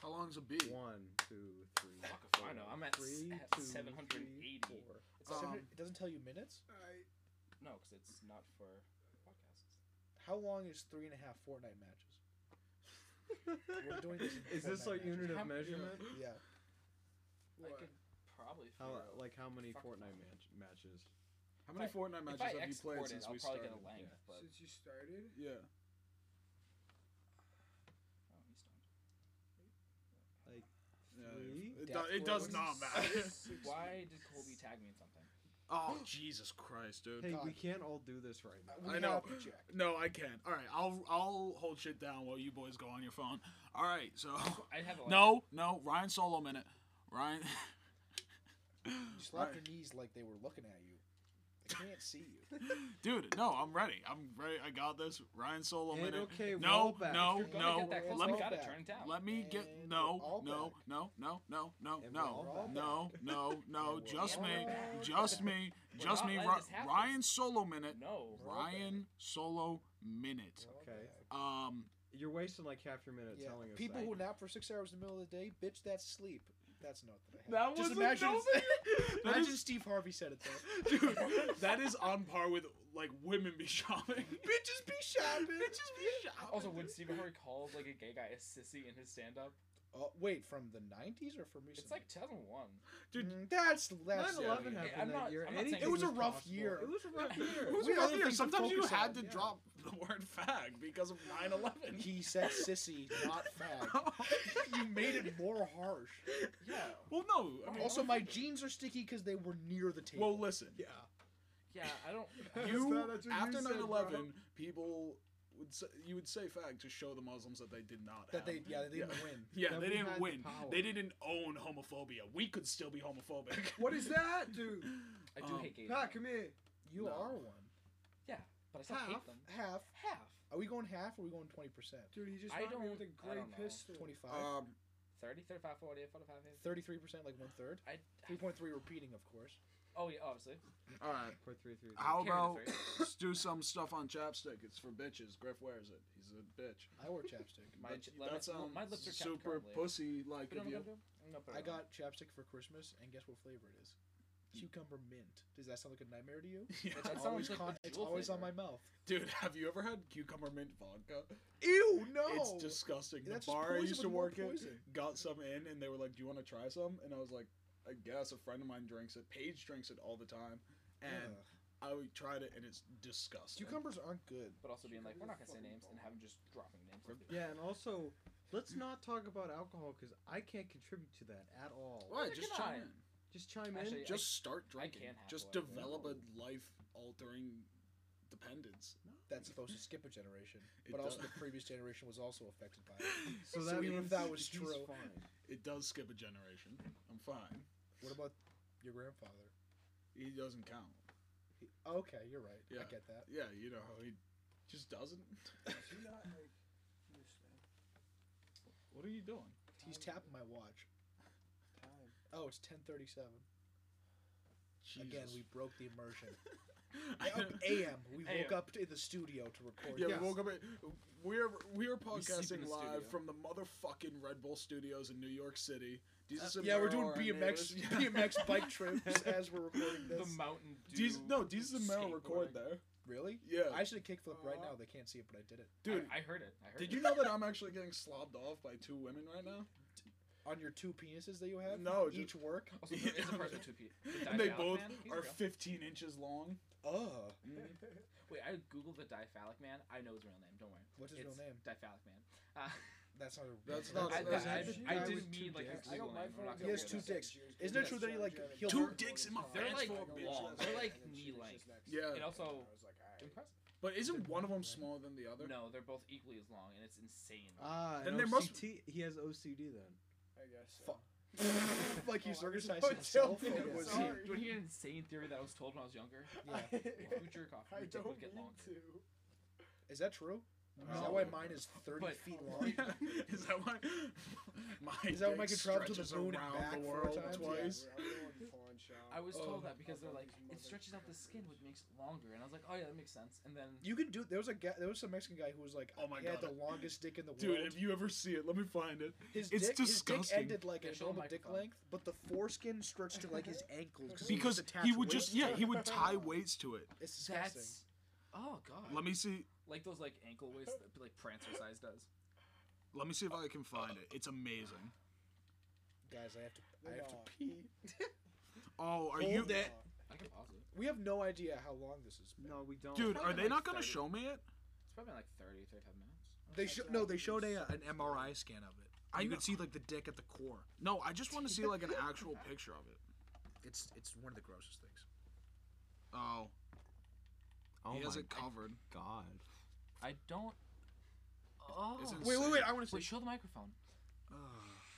How long's a bee?
[laughs] One, two, three.
Fuck if I know.
four.
I'm at s-
Three,
at
two,
780.
three, four.
It's seven-
Um,
it doesn't tell you minutes.
I
No, because it's not for podcasts.
How long is three and a half Fortnite matches?
[laughs]
We're doing this in
[laughs] Is this
Fortnite
like
matches.
unit
How-
of measurement?
Yeah.
I
what?
could probably.
How
uh,
figure out-
like how many
Fuck.
Fortnite match- matches?
How many
If I-
Fortnite matches
if
have
I
you
export
played
it,
since
I'll
we
probably
started?
get a length,
Yeah.
but
since you started,
Yeah.
oh, he's done.
Yeah.
Three?
It,
Death
do- it does
Row.
not matter. [laughs]
[laughs] Why did Colby tag me in something?
oh Jesus Christ, dude.
Hey, we
God.
can't all do this right now.
We
I know.
help you, Jack.
No, I can't. All right, I'll I'll hold shit down while you boys go on your phone. All right, so [laughs]
I have a
no, no, Ryan solo minute. Ryan. [laughs]
You slapped your knees like they were looking at you.
[laughs]
They can't see you.
Dude, no, I'm ready. I'm ready. I got this. Ryan solo
And
minute.
okay, roll
no,
back.
no,
If you're gonna
no.
get that close,
Let
you
me
gotta
back.
turn it down.
let me get
And we're
no,
all
no,
back.
no, no, no, no,
And we're
no,
all back.
no, no, no.
And we're
Just
all
me,
back.
just me,
We're
just
not
me.
letting
Ri-
this happen.
Ryan solo minute.
No.
We're all back.
Ryan solo minute.
We're all
Okay.
back.
Um,
You're wasting like half your minute
Yeah.
telling us.
People
that.
who nap for six hours in the middle of the day, bitch, that's sleep. That's not that I
That
have. Just [laughs]
wasn't
imagine,
nothing. That
imagine
is-
Steve Harvey said it
[laughs]
though.
[laughs] dude, that is on par with like women be shopping.
Bitches be shopping.
[laughs] Bitches be shopping.
[laughs]
Also, when Stephen Harvey called like a gay guy a sissy in his stand-up,
Oh, wait, from the nineties or from recent?
it's like 2001.
dude-
Mm, that's less.
9 11
Yeah,
happened
I'm
that
not-
year.
I'm not saying
Anything
it was
a rough
possible.
year.
It was a [laughs] rough year.
It was
We
rough
had
year.
things to
Sometimes you
focus
had
on,
to
yeah.
drop the word fag because of 9 11.
He said sissy, not fag.
[laughs]
you made it more harsh.
Yeah.
Well, no. I mean,
Also, my jeans are sticky because they were near the table.
well, listen.
yeah.
Yeah, I don't.
You,
That's what you
after
said,
9 11,
bro.
people would say, you would say fag to show the Muslims that they did not
That
have.
they, yeah, they didn't
Yeah.
win.
Yeah,
that
they
we
didn't
had the
win.
power.
They didn't own homophobia. We could still be homophobic.
What
[laughs]
is that, dude?
I do
Um,
hate gay
Pat,
men,
come here.
You
No.
are one.
but I still hate them.
Half.
Half.
Are we going half? or Are we going twenty percent?
Dude, he just
I
rocked me with
don't-
a
I
great
don't know.
pistol.
Twenty-five.
[laughs] Um,
30, 35, 40, 45, 50.
Thirty-three percent, like one third.
I-
Three point three repeating, of course.
Oh yeah, obviously.
all right.
For three, three, three.
How
Carry the
about
three.
[laughs] let's do some stuff on chapstick? It's for bitches. Griff wears it. He's a bitch.
I wear chapstick.
My
That-
ch- let
that
me- well,
sounds
my lips are kept
super
currently.
pussy like
But you
of you. [laughs]
know what I'm gonna do? I'm gonna put it
I
on.
got chapstick for Christmas, and guess what flavor it is? Cucumber mint. Does that sound like a nightmare to you?
Yeah.
That
It's
sounds
always,
like the
con- it's
jewel
always on my
flavor.
mouth.
Dude, have you ever had cucumber mint vodka?
Ew, no.
It's disgusting. The
That's just
bar I
poison
used to
with more
work at
poison.
got some in, and they were like, "Do you want to try some?" And I was like, "I guess." A friend of mine drinks it. Paige drinks it all the time, and
Ugh.
I would- tried it, and it's disgusting.
cucumbers aren't good.
But also being like, we're not gonna say
Fucking
names and having just dropping names. Let's do it.
Yeah, and also, let's not talk about alcohol because I can't contribute to that at all.
Why?
Neither
Just
can
try
I.
it.
Just chime
Actually,
in.
I-
Just start
I
drinking.
can't have
Just
one.
develop a life-altering dependence.
That's supposed to skip a generation,
It
but also
does. [laughs]
the previous generation was also affected by it.
So
so
that
even if
means
that was
he's
true-
fine.
It does skip a generation. I'm fine.
What about your grandfather?
He doesn't count.
Okay, you're right. I
Yeah.
get that.
Yeah, you know how he just doesn't. [laughs]
Does he not like understand
what are you doing?
He's
Time.
tapping my watch.
time?
Oh, it's 10:37.
Jesus.
Again, we broke the immersion.
[laughs] I
Up
know.
AM. We woke
AM.
up in the studio to record.
[laughs] Yeah,
this.
we woke up. At, we're we're
sleep in
podcasting
the
live
studio.
from the motherfucking Red Bull Studios in New York City. Jesus and
yeah, we're doing
Mero are our
BMX
[laughs] neighbors.
BMX bike
[laughs]
trips as we're recording
The
this.
Mountain Dew.
Jesus, no, Jesus and Mero record
skateboarding.
there.
really?
Yeah,
I should kickflip right
Aw.
now. They can't see it, but I did it
dude.
I, I heard it. I heard
did
it.
you know
[laughs]
that I'm actually getting slobbed off by two women right now?
on your two penises that you have.
No,
each work.
Also, there is a person with two feet. The
and they
diphthalic
both
man, he's
are
real. Mm-hmm.
15 inches long.
Oh,
Wait, I googled the diphthalic man. I know his real name. Don't worry.
what's his
it's
real name?
Diphthalic man. Uh,
That's not. A real
That's
name.
not-
I,
is that
I-
the
I
guy
didn't
with two
mean like his
dicks?
legal name. I'm not
He has
gonna
two
say it.
dicks. Isn't it true that he, like, he'll-
Two dicks in my
They're like
Transform, bitch.
long. They're like knee length.
Yeah.
And also, impressive.
But isn't one of them smaller than the other? [laughs]
No, they're both equally as long, and it's insane.
Ah,
Then
then
there must-
He has OCD then.
I guess.
[laughs] Fuck. [laughs] like he
Oh, I
circumcised
don't
himself.
think
or
it's
was he-
Sorry.
Do you want to hear an insane theory that I was told when I was younger?
Yeah.
[laughs] If you jerk off,
I
your dick
don't
would
get
get
long
longer.
to.
Is that true? Is
No.
that why mine is 30
But-
feet long?
is that why [laughs] my
Is that why
dick
I could travel to the
stretches
moon and
around
back
the
four
world
times?
twice?
I was
Oh.
told that because they're
Although
like,
these
it
mothers
stretches out the
crackers.
skin, which makes it longer. And I was like, oh yeah, that makes sense. And then
You can do. There was a guy. There was some Mexican guy who was like,
Oh my
he had the
God.
longest dick in the
Dude,
world.
if you ever see it, let me find it.
His
it's
dick, His dick
disgusting.
ended like
Yeah,
a
show him
normal dick
microphone.
length, but the foreskin stretched to like his ankles he
Because
was attached
he would just
weights to
yeah,
it.
he
[laughs]
would tie weights to it.
It's disgusting.
that's. Oh god.
Let me see
like those like ankle
[laughs]
waist, that, like prancer size does.
let me see if I can find it. It's amazing.
Guys, I have to. I
They're
have to
not.
pee.
Oh, are
Hold
you
that.
I can pause it.
We have no idea how long this is.
No, we don't.
Dude,
probably
are they
like
not gonna
30.
show me it?
It's probably like 30, 35 minutes.
They sho- no. They showed a an MRI scan of it.
I could see like the dick at the core. No, I just want to see like an actual picture of it.
It's it's one of the grossest things.
Oh,
Oh
he has
my
it covered.
god.
I don't. Oh.
It's
Wait, wait, wait! I want to see.
Wait, show the microphone.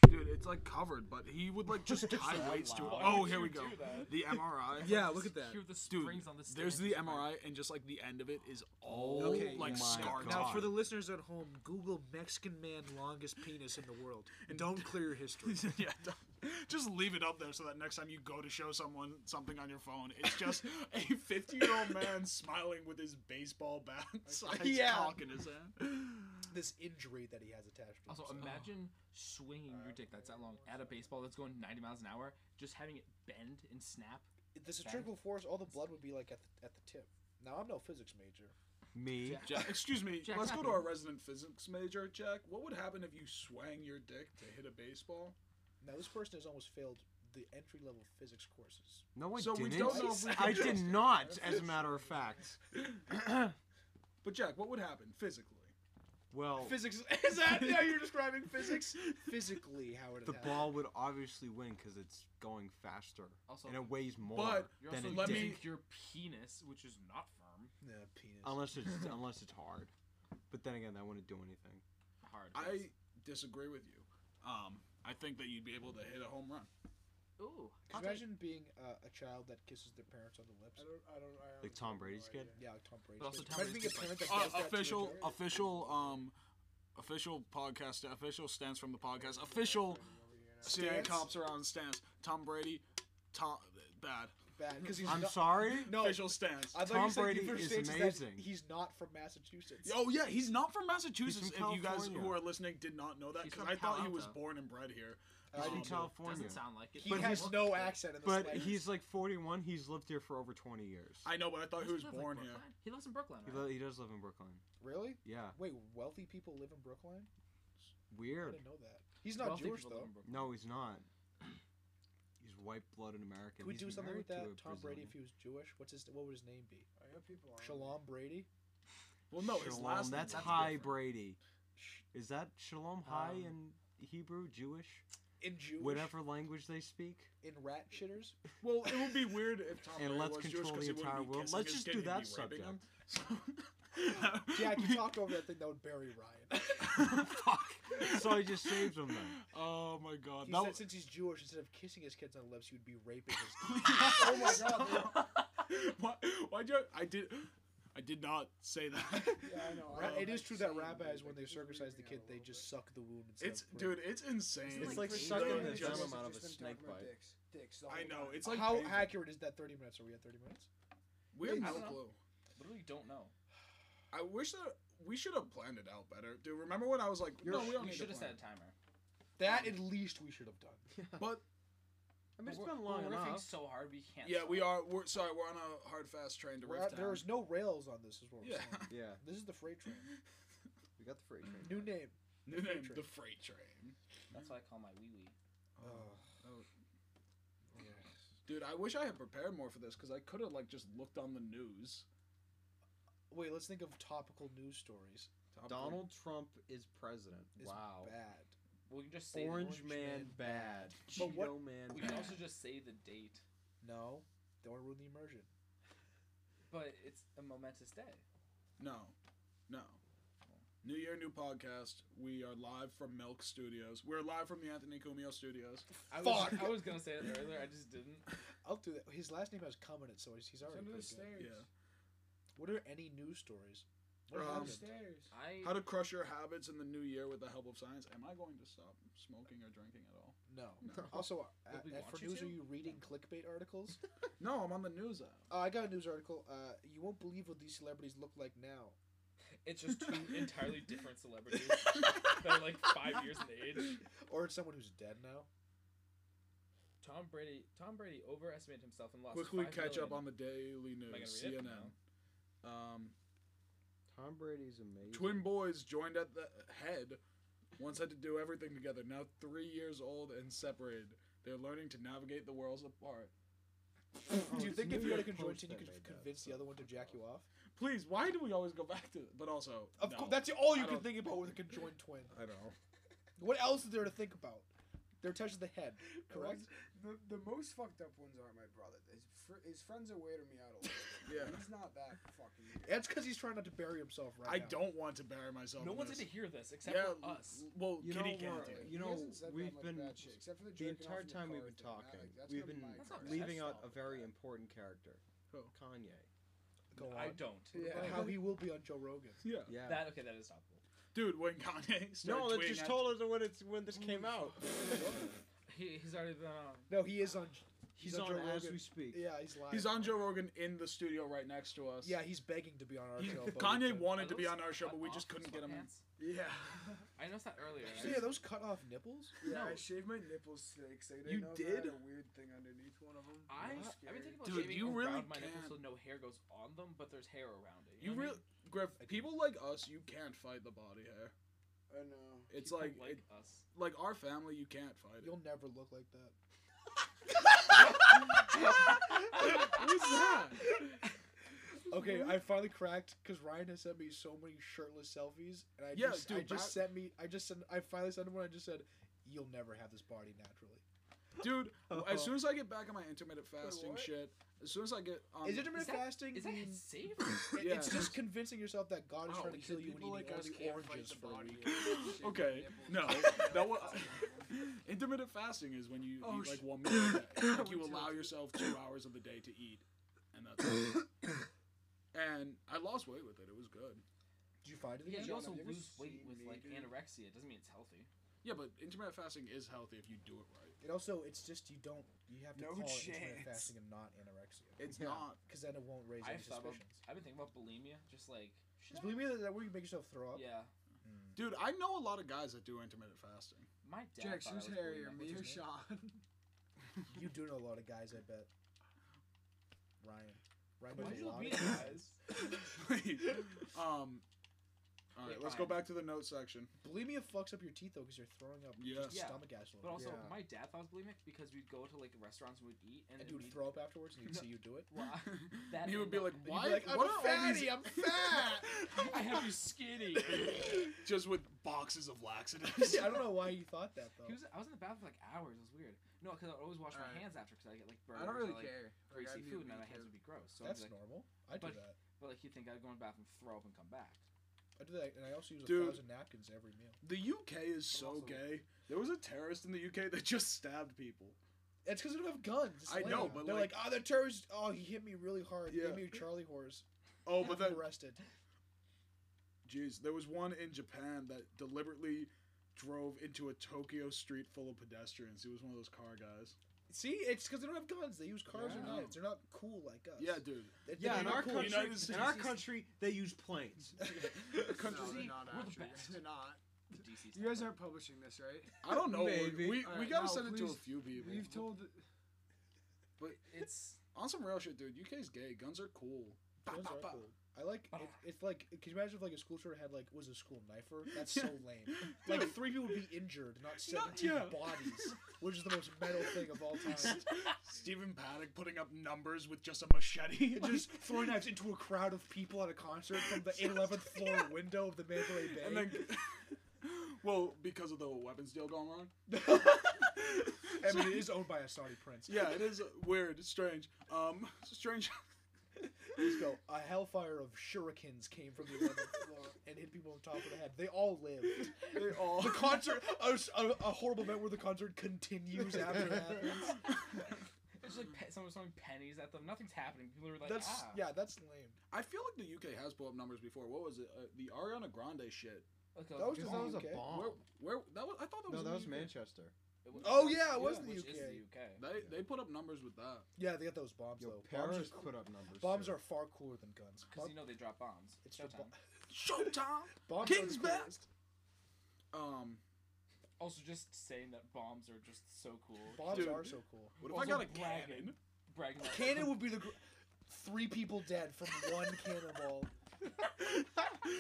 Dude, it's like covered, but he would like
[laughs]
just tie weights to it.
loud. Why
Oh,
would
here
you
we go.
do that?
The MRI.
Yeah, look at that.
Hear the
Dude,
springs on the stand.
There's the MRI, and just like the end of it is all
Okay,
like
my
scarred
God.
Now,
off.
for the listeners at home, Google Mexican man longest penis in the world. And
[laughs]
don't clear your history.
yeah, don't- just leave it up there so that next time you go to show someone something on your phone, it's just a 50 year old man smiling with his baseball
[laughs]
bat sized
Yeah.
cock in his hand.
this injury that he has attached to
Also,
himself.
imagine swinging your dick that's that long at a baseball that's going 90 miles an hour, just having it bend and snap.
the centrifugal force, all the blood would be like at the, at the tip. Now I'm no physics major.
Me?
Jack-
Jack, excuse me,
Jack,
let's
what
go to our
happened?
resident physics major, Jack. What would happen if you swang your dick to hit a baseball?
Now this person has almost failed the entry level physics courses.
No, I
So we
didn't.
don't know if we
I
can-
did not,
[laughs]
as a matter of fact.
But, Jack, what would happen physically?
well,
Physics [laughs] is that how you're describing physics? Physically, how it
the
happened.
ball would obviously win because it's going faster
Also,
and it weighs more
But
you're
than
also
a
let
dick.
me-
using your penis, which is not firm,
Nah, penis.
Unless it's unless it's hard. But then again, that wouldn't do anything.
hard.
I disagree with you. Um, I think that you'd be able to hit a home run.
Ooh.
Could you imagine being uh, a child that kisses their parents on the
I
lips.
don't. I don't. I
Like Tom Brady's kid.
Yeah, like Tom Brady.
But also Tom
Imagine being a
Brady's
parent
just
that
Uh,
does that to their
official,
child.
official, um, official podcast. Official stance from the podcast. Official stand
Stance?
cops around stance. Tom Brady, Tom bad.
bad because he's
I'm
not-
[laughs]
sorry.
No,
Official stance.
I thought
Tom
you said
Brady
the first
is
stance that
amazing.
he's not from Massachusetts.
Oh yeah, he's not from Massachusetts.
He's
if
from
you guys who
California.
are listening did not know that,
He's
because
from
I thought he
Palo
was
Alto.
born and bred here.
I
He's
do
from
Um,
too.
California.
Doesn't sound like it.
He
But
has
he's-
no accent in the
But
slightest.
he's like 41. He's lived here for over 20 years.
I know, but I thought he was
Doesn't live in
born here.
Brooklyn. He lives in Brooklyn,
He,
right?
li- he does live in Brooklyn.
really?
Yeah.
Wait, wealthy people live in Brookline? I
Weird.
didn't know that. He's not
Wealthy
Jewish
people live
though.
in Brooklyn. [laughs]
No, he's not. He's white-blooded American.
Could we
He's
do something
married
with that?
to a
Tom Brady, if
Brazilian. Um,
he was Jewish, what's his? What would his name be?
I got people. on
Shalom Brady.
Well, no, his
Shalom,
last
that's
name.
high
different.
Brady. Is that Shalom
Um,
high in Hebrew, Jewish,
In Jewish.
whatever language they speak?
In
[laughs]
rat shitters.
Well, it would be weird if Tom
And
Brady
let's
was
control
Jewish,
the
'cause he wouldn't
entire
be
world.
kissing
Let's
his
just
kid,
do
he'd
that
be raping
[laughs]
him. So- [laughs]
Jack, you talked over that thing that would bury
[laughs]
Ryan.
Fuck. So I just saved him then.
Oh my god.
He
that
said
Uh,
was,
[laughs]
since he's Jewish, instead of kissing his kids on the lips, he would be raping his.
[laughs] oh my Yes.
God, dude.
Why? Why'd you? I did. I did not say
[laughs]
that.
Yeah, I
[laughs]
know. I
Ra-
don't
it is
like
true that
seeing
rabbis,
these, like,
when they
just leaving
circumcise the
out
kid,
a
they
little
just
bit.
suck the wound. Instead
It's
of
dude. It's insane.
Isn't it
It's like
three
sucking
days?
the
It's
gum
just-
out of
it's
a
just them talking
snake
about
bite.
Dicks, dicks the
I
whole
know.
time.
It's like
how
painful.
accurate is that 30 minutes? Are we at 30 minutes?
We
I
have no
don't know.
clue.
Literally don't know.
I wish that we should have planned it out better, dude. Remember when I was like,
You're
"No, we
sh-
don't
We
need to
should have
plan
set a timer.
That at least we should have done.
But-
I mean, it's
We're-
been long
we're riffing
enough.
so hard we can't.
it." Yeah,
stop.
we are. We're sorry. We're on a hard fast train to
We're out-
riff town.
there is no rails on this, is what we're
[laughs] yeah. [laughs]
saying.
Yeah,
This is the freight train.
we got the freight [clears throat] train.
New name. freight
New name,
train. Oh.
the freight train. Oh,
That's what I call my wee wee.
Dude, I wish I had prepared more for this because I could have like just looked on the news.
Wait, let's think of topical news stories.
Donald Trump is president.
It's
wow.
Bad.
We can just say.
Orange,
Orange
man,
Man
bad.
But
Cheeto
what-
man
We
bad.
can
[laughs]
also just say the date,
No, don't ruin the immersion.
but it's a momentous day.
No, no. New year, new podcast. We are live from Milk Studios. We're live from the Anthony Cumio Studios.
I
Fuck.
Was, [laughs] I was gonna say it earlier. I just didn't.
I'll do that. His last name has cum in it, so he's, he's already.
under the
pretty good.
stairs.
Yeah.
What are any news stories? What
Um,
Under the
happened?
stairs.
I
How to crush your habits in the new year with the help of science. Am I going to stop smoking or drinking at all?
No.
No.
Also, uh,
Would we
uh,
want
for
you
news,
to?
are you reading clickbait articles?
No, I'm on the news app.
uh, I got a news article. Uh, you won't believe what these celebrities look like now.
it's just two entirely different celebrities that are like five years in age.
Or it's someone who's dead now.
Tom Brady. Tom Brady overestimated himself and lost.
Quickly
five
catch up
million.
on the daily
I gonna
news.
read it?
CNN. Um,
Tom Brady's amazing.
twin boys joined at the head. Once had to do everything together. Now three years old and separated. They're learning to navigate the worlds apart.
do you
it's
think
New
if you had a
York Post
conjoined, you
that
could
made that,
convince the
so
other one to jack you off?
Please, why do we always go back to? But also,
Of
no.
course, that's all you
I
can
don't-
think about with a conjoined twin.
I know.
What else is there to think about? They're touching the head, correct?
The, the most fucked up ones are my brother. His, fr- his friends are weirding me out a little.
[laughs] Yeah,
bit. He's not that fucking.
That's because he's trying not to bury himself right
I
now.
don't want to bury myself.
No
in
one's
this.
going to hear this except
yeah,
for us.
l- Well,
You
Kitty
know,
can't.
we're-
do it.
you
He
know,
hasn't said
we've
that much
been-
bad shit, except for the,
the
jerking off in
entire
the
time we've
car thing. That, like,
been talking,
that's
we've
gonna be
been
my
That's
card.
not bad.
[laughs] leaving out a
Stop.
very important character.
Who?
Kanye.
Go on.
I don't.
Yeah.
How he will be on Joe Rogan.
[laughs] Yeah,
Yeah.
That okay? That is topical.
dude. When Kanye started
no,
tweeting
that just
at-
told us when it's when this came out.
He, he's already been on.
No, he is on.
He's,
He's on
on
Joe
as
Rogan.
we speak.
Yeah, he's live.
[laughs] he's on Joe Rogan in the studio right next to us.
Yeah, he's begging to be on our
He- [laughs]
show. but we
Kanye
couldn't.
wanted to
Are
be
those
on our show,
cut
but we
off
just couldn't get him.
sweatpants?
Yeah.
I noticed that earlier. and I
Yeah, those cut off nipples.
Yeah, I
No.
shaved my nipples today 'cause I didn't
You
know if I
did?
had a weird thing underneath one of them. was
I, I've been
scared.
thinking about
Dude,
shaving
you
around
really
my nipples so
can't.
no hair goes on them, but there's hair around it.
You
know what I
really,
mean?
Griff. People like us, you can't fight the body hair.
I know.
It's
People
like,
like
it, [laughs]
us.
like our family, you can't fight it.
You'll never look like that.
Who's that?
Okay, I finally cracked because Ryan has sent me so many shirtless selfies, and I
Yeah,
just, I
dude,
just
that-
sent me, I just sent, I finally sent him one. I just said, "You'll never have this body naturally."
[laughs] Dude, as
[laughs]
soon as I get back on my intermittent fasting
what?
shit, as soon as I get on.
is intermittent
Is that-
fasting?
Is that
mean-
safe?
it- It's
Yeah.
just convincing yourself that God is
Oh,
Wow,
trying to
you
kill
said
you and
people
eating
like
all
us
the
can't
oranges
fight the
for a
body.
week.
okay, no,
[laughs]
that was, [laughs] intermittent fasting is when you
Oh,
eat like
sh-
one meal. a day. Like you
We
allow
tilted.
yourself two hours of the day to eat, and that's
[laughs]
[laughs]
it. and I lost weight with it. It was good.
Did you find it
Yeah,
again?
you also
have you ever
lose weight
seen
with
me,
like
dude?
anorexia. It doesn't mean it's healthy.
Yeah, but intermittent fasting is healthy if you do it right.
It also, it's just you don't, you have to
No
call it intermittent
chance.
fasting and not anorexia,
It's
Yeah.
not.
because then it won't raise
I've
any
thought about.
suspicions.
I've been thinking about bulimia. Just like. should
Is
I-
bulimia that- that where you make yourself throw up? Hmm.
Yeah.
Dude, I know a lot of guys that do intermittent fasting.
My dad.
Jax,
thought I
who's
was
hairier,
bulimic.
me or
What's his name?
Sean?
You do know a lot of guys, I bet. Ryan. Ryan
Why'd
knows a
you
lot
look
of
me
guys.
in the eyes?
[laughs] Please. Um. All right,
Wait,
let's go back
fine.
to the note section.
Bulimia fucks up your teeth though, because you're throwing up
Yeah.
just
Yeah.
stomach acid.
But also,
Yeah.
my dad thought I was bulimic because we'd go to like restaurants and we'd eat, and,
and
then
you would
we'd
throw up afterwards, and you'd
No.
see you do it.
[laughs]
[laughs]
Well, I- [laughs] that
he would
and
be
that.
like,
And you'd
"Why?
You'd be like, I'm
what are all
fatty,
these-
I'm fat.
[laughs]
I have you skinny.
Just with boxes of [laughs] laxatives.
I don't know why you thought that though.
He was, I was in the bathroom for like hours. It was weird. No, because I would always wash my
Alright.
hands after because I get like burgers.
I don't really
or, like,
care. Like, I
Greasy
do
food and my
me
hands would
too.
be gross. So
That's
I'd be like,
normal. I do
but-
that.
but like you think I'd go in the bathroom, throw up, and come back.
I do that, and I also use
Dude.
a thousand napkins every meal.
the UK is
But
so
also-
gay. There was a terrorist in the UK that just stabbed people.
It's because they don't have guns. It's
I know,
lame.
but,
they're like,
like-
oh, the terrorist. Oh, he hit me really hard. He
Yeah.
hit me with Charlie horse.
Oh, but then
I'm arrested.
Jeez, there was one in Japan that deliberately drove into a Tokyo street full of pedestrians. He was one of those car guys.
See, it's because they don't have guns. They use cars
Yeah.
or knives. They're not cool like us.
Yeah, dude.
They-
Yeah,
they're
in
not
our
cool.
country,
United
in our
States.
country, they use planes.
[laughs]
[laughs] Country-
No,
See,
they're not
we're the
actually.
best.
They're not.
The DC
You guys aren't publishing this, right?
I don't know.
Maybe.
We, we
Alright,
gotta
no,
send it to a
please.
few people.
We've told.
It's
On some real shit, dude. UK's gay. Guns are cool. Bah,
Guns
bah,
are
bah.
cool. I like
Bah.
it, it's like can you imagine if like a school shooter had like was a school knifer? That's
[laughs]
so lame. Like three people would be injured, not seventeen
yeah.
bodies, which is the most metal thing of all time.
[laughs]
Stephen Paddock putting up numbers with just a machete.
And
[laughs]
just throwing knives into a crowd of people at a concert from the 11th floor window of the Mandalay Bay.
and then, [laughs] well, because of the weapons deal going
[laughs]
on.
[laughs]
[laughs]
I mean, it is owned by a Saudi prince.
Yeah, it is weird, strange. Um, [laughs]
[laughs]
strange.
Let's go. A hellfire of shurikens came from the 11th floor and hit people on top of the head. They all lived.
They all.
The concert, a, a- a horrible event where the concert continues after that.
it's like pe- someone's throwing pennies at them. Nothing's happening. People are like,
That's
ah.
yeah, that's lame.
I feel like the UK has pulled up numbers before. What was it? Uh, the Ariana Grande shit.
Okay,
That was
good
just-
Because
one.
that was
okay.
Oh.
a bomb.
Where, where that was? I thought that was.
no,
in
that
the
was
UK.
Manchester.
It was-
Oh yeah, it was
Yeah,
the UK.
Which is the UK.
They they put up numbers with that.
Yeah, they got those bombs
Yo,
though. Bombs
Paris
are, cool-
put up numbers.
bombs
[laughs] too.
are far cooler than guns.
Because you know they drop bombs.
It's the bo-
Showtime.
Showtime.
bombs are
King's
the coolest.
best. Um,
also, just saying that bombs are just so cool.
Bombs
Dude.
are so cool.
what if
Also
I got a
bragging.
cannon?
Bragging about
Cannon
[laughs]
would be the gr- three people dead from one cannonball.
[laughs]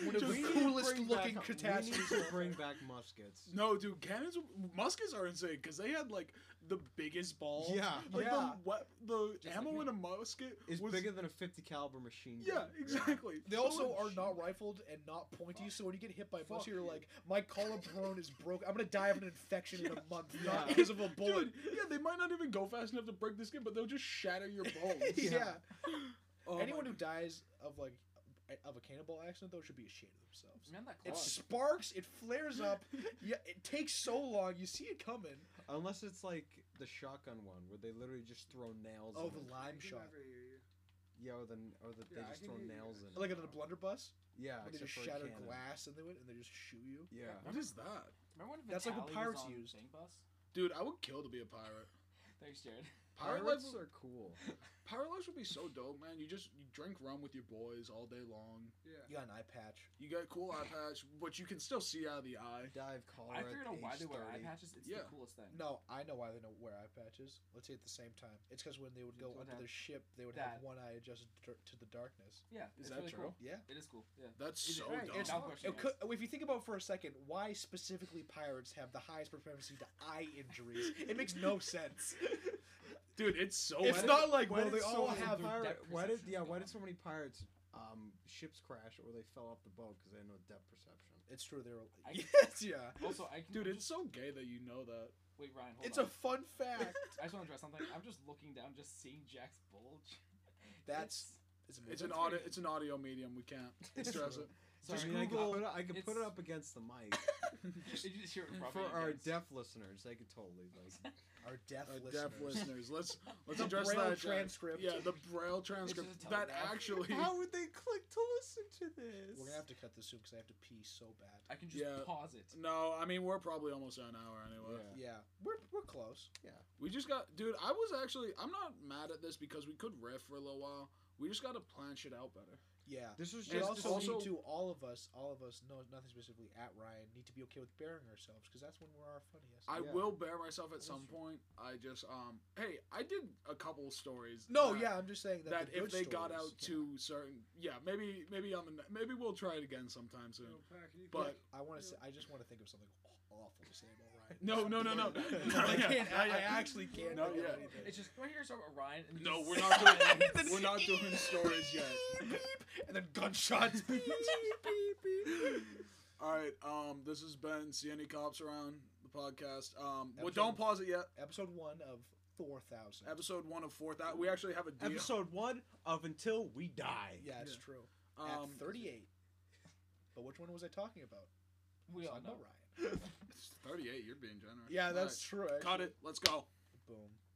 One of
Just-
the coolest
Bring
looking
back- We
catastrophes.
need to bring back [laughs] muskets.
No, dude, cannons. Muskets are insane because they had like the biggest ball.
Yeah.
like
Yeah.
the what the
Just
ammo
like me.
in a musket
It's
was
bigger than a 50 caliber machine
Yeah,
gun.
exactly.
They
So
also
like-
are not rifled and not pointy, so when you get hit by a
Fuck
musket, you're
you.
like, my collarbone is broke. I'm gonna die of an infection in a month, not
[laughs]
Yeah.
because of a bullet.
Dude, yeah, they might not even go fast enough to break the skin, but they'll just
[laughs]
shatter your bones.
yeah.
Oh my
Anyone who dies of like of a cannonball accident though should be ashamed of themselves.
Man, that
It
clock.
sparks, it flares up. Yeah, it takes so long. You see it coming.
Unless it's like the shotgun one where they literally just throw nails
Oh,
in it.
I
the lime
can
shot.
never hear you.
Yeah, or, the, or the,
Yeah,
they
I
just
can
throw
hear you
nails
guys.
in it.
Like in a blunderbuss,
Yeah,
where they
except
just
for a
shatter
cannon.
glass and they would, and they just shoot you.
Yeah.
What is that?
Remember when
That's like what
Vitaly
pirates
was on
used.
Bang Bus?
Dude, I would kill to be a pirate. [laughs]
Thanks, Jared.
Pirate life,
Pirates are cool.
pirate life would be so dope, man. You just you drink rum with your boys all day long.
Yeah.
You got an eye patch.
You got cool eye patch, but you can still see out of the eye.
Dive
I
collar
figured out
at age
why they
30.
wear eye patches. It's
Yeah.
the coolest thing.
No, I know why they don't wear eye patches. Let's say at the same time. It's because when they would go
Don't
under
have
their ship, they would
that.
have one eye adjusted to to the darkness.
Yeah,
Is
it's
that
really
true?
cool.
Yeah.
It is cool. Yeah.
[laughs] That's
Is it-
so
Right,
dumb.
it's-
Dumb question,
It could, if you think about it for a second, why specifically pirates have the highest propensity to eye injuries? It makes no sense.
Dude, it's so
It's
bad.
not like
Why
well,
did
they
so
all
many
have.
their
pirate-
depth
why did
perception
yeah?
go
Why did
up?
so many pirates um, ships crash or they fell off the boat because they had no depth perception?
[laughs] It's true. They're [laughs]
I-
yes, yeah.
Also, I can
Dude,
I'm
it's
just,
so gay that you know that.
wait, Ryan. Hold
It's
on.
a fun fact.
I just want to address something. I'm just looking down, just seeing Jack's bulge.
That's
[laughs] It's
amazing.
an
That's
audio.
pretty-
It's an audio medium. We can't stress
true.
it.
Sorry,
I mean, I could
Google- [laughs]
put it- I could put it
it's-
up against the
[laughs]
mic
you just hear it rubbing
for our
against-
deaf listeners. They could totally
[laughs]
like.
our deaf
[laughs] Uh,
listeners.
deaf
[laughs]
listeners, let's let's
The
address
Braille
that. Jack.
transcript.
Yeah, the braille transcript.
just a
That
telegraph.
[laughs]
actually.
would they click to listen to this?
We're gonna have to cut this soon because I have to pee so bad.
I can just
Yeah.
pause it.
[laughs] No, I mean we're probably almost at an hour anyway.
Yeah.
Yeah, we're we're close.
We just got, dude. I was actually, I'm not mad at this because we could riff for a little while. We just got to plan shit out better.
Yeah.
This was
And
We
just
also,
to
also-
need to all of us, all of us, no, nothing specifically at Ryan, need to be okay with bearing ourselves because that's when we're our funniest.
I
Yeah.
will bear myself at some
true.
point. I just, um, hey, I did a couple stories.
no,
that-
yeah, I'm just saying that.
That
the good
if they got out
stories-
to certain, yeah, maybe, maybe on the, ne- maybe we'll try it again sometime soon.
Yo, Pat, can you click?
But-
I want to say, I just want to think of something awful to say about Ryan.
No, no, no, no.
Like,
[laughs] Not
[laughs] I
yet,
can't.
not
I, I
yet.
actually can't.
Not
think of
yet.
anything.
It's just right here. So about Ryan. And
No,
just-
we're
[laughs]
not doing, we're not doing stories
[laughs]
yet.
and then gunshots.
All right, um, this has been see any cops around the podcast. Um, well,
Episode-
don't pause it yet.
Episode one of four thousand.
Episode one of four thousand. We actually have a deal.
Episode one of Until We Die.
Yeah, it's
Yeah.
true.
um,
at thirty-eight. But which one was I talking about?
We all
Talking
know.
about Ryan.
It's 38. You're being generous.
Yeah, that's
Alright,
true.
Cut
actually.
it. Let's go.
Boom.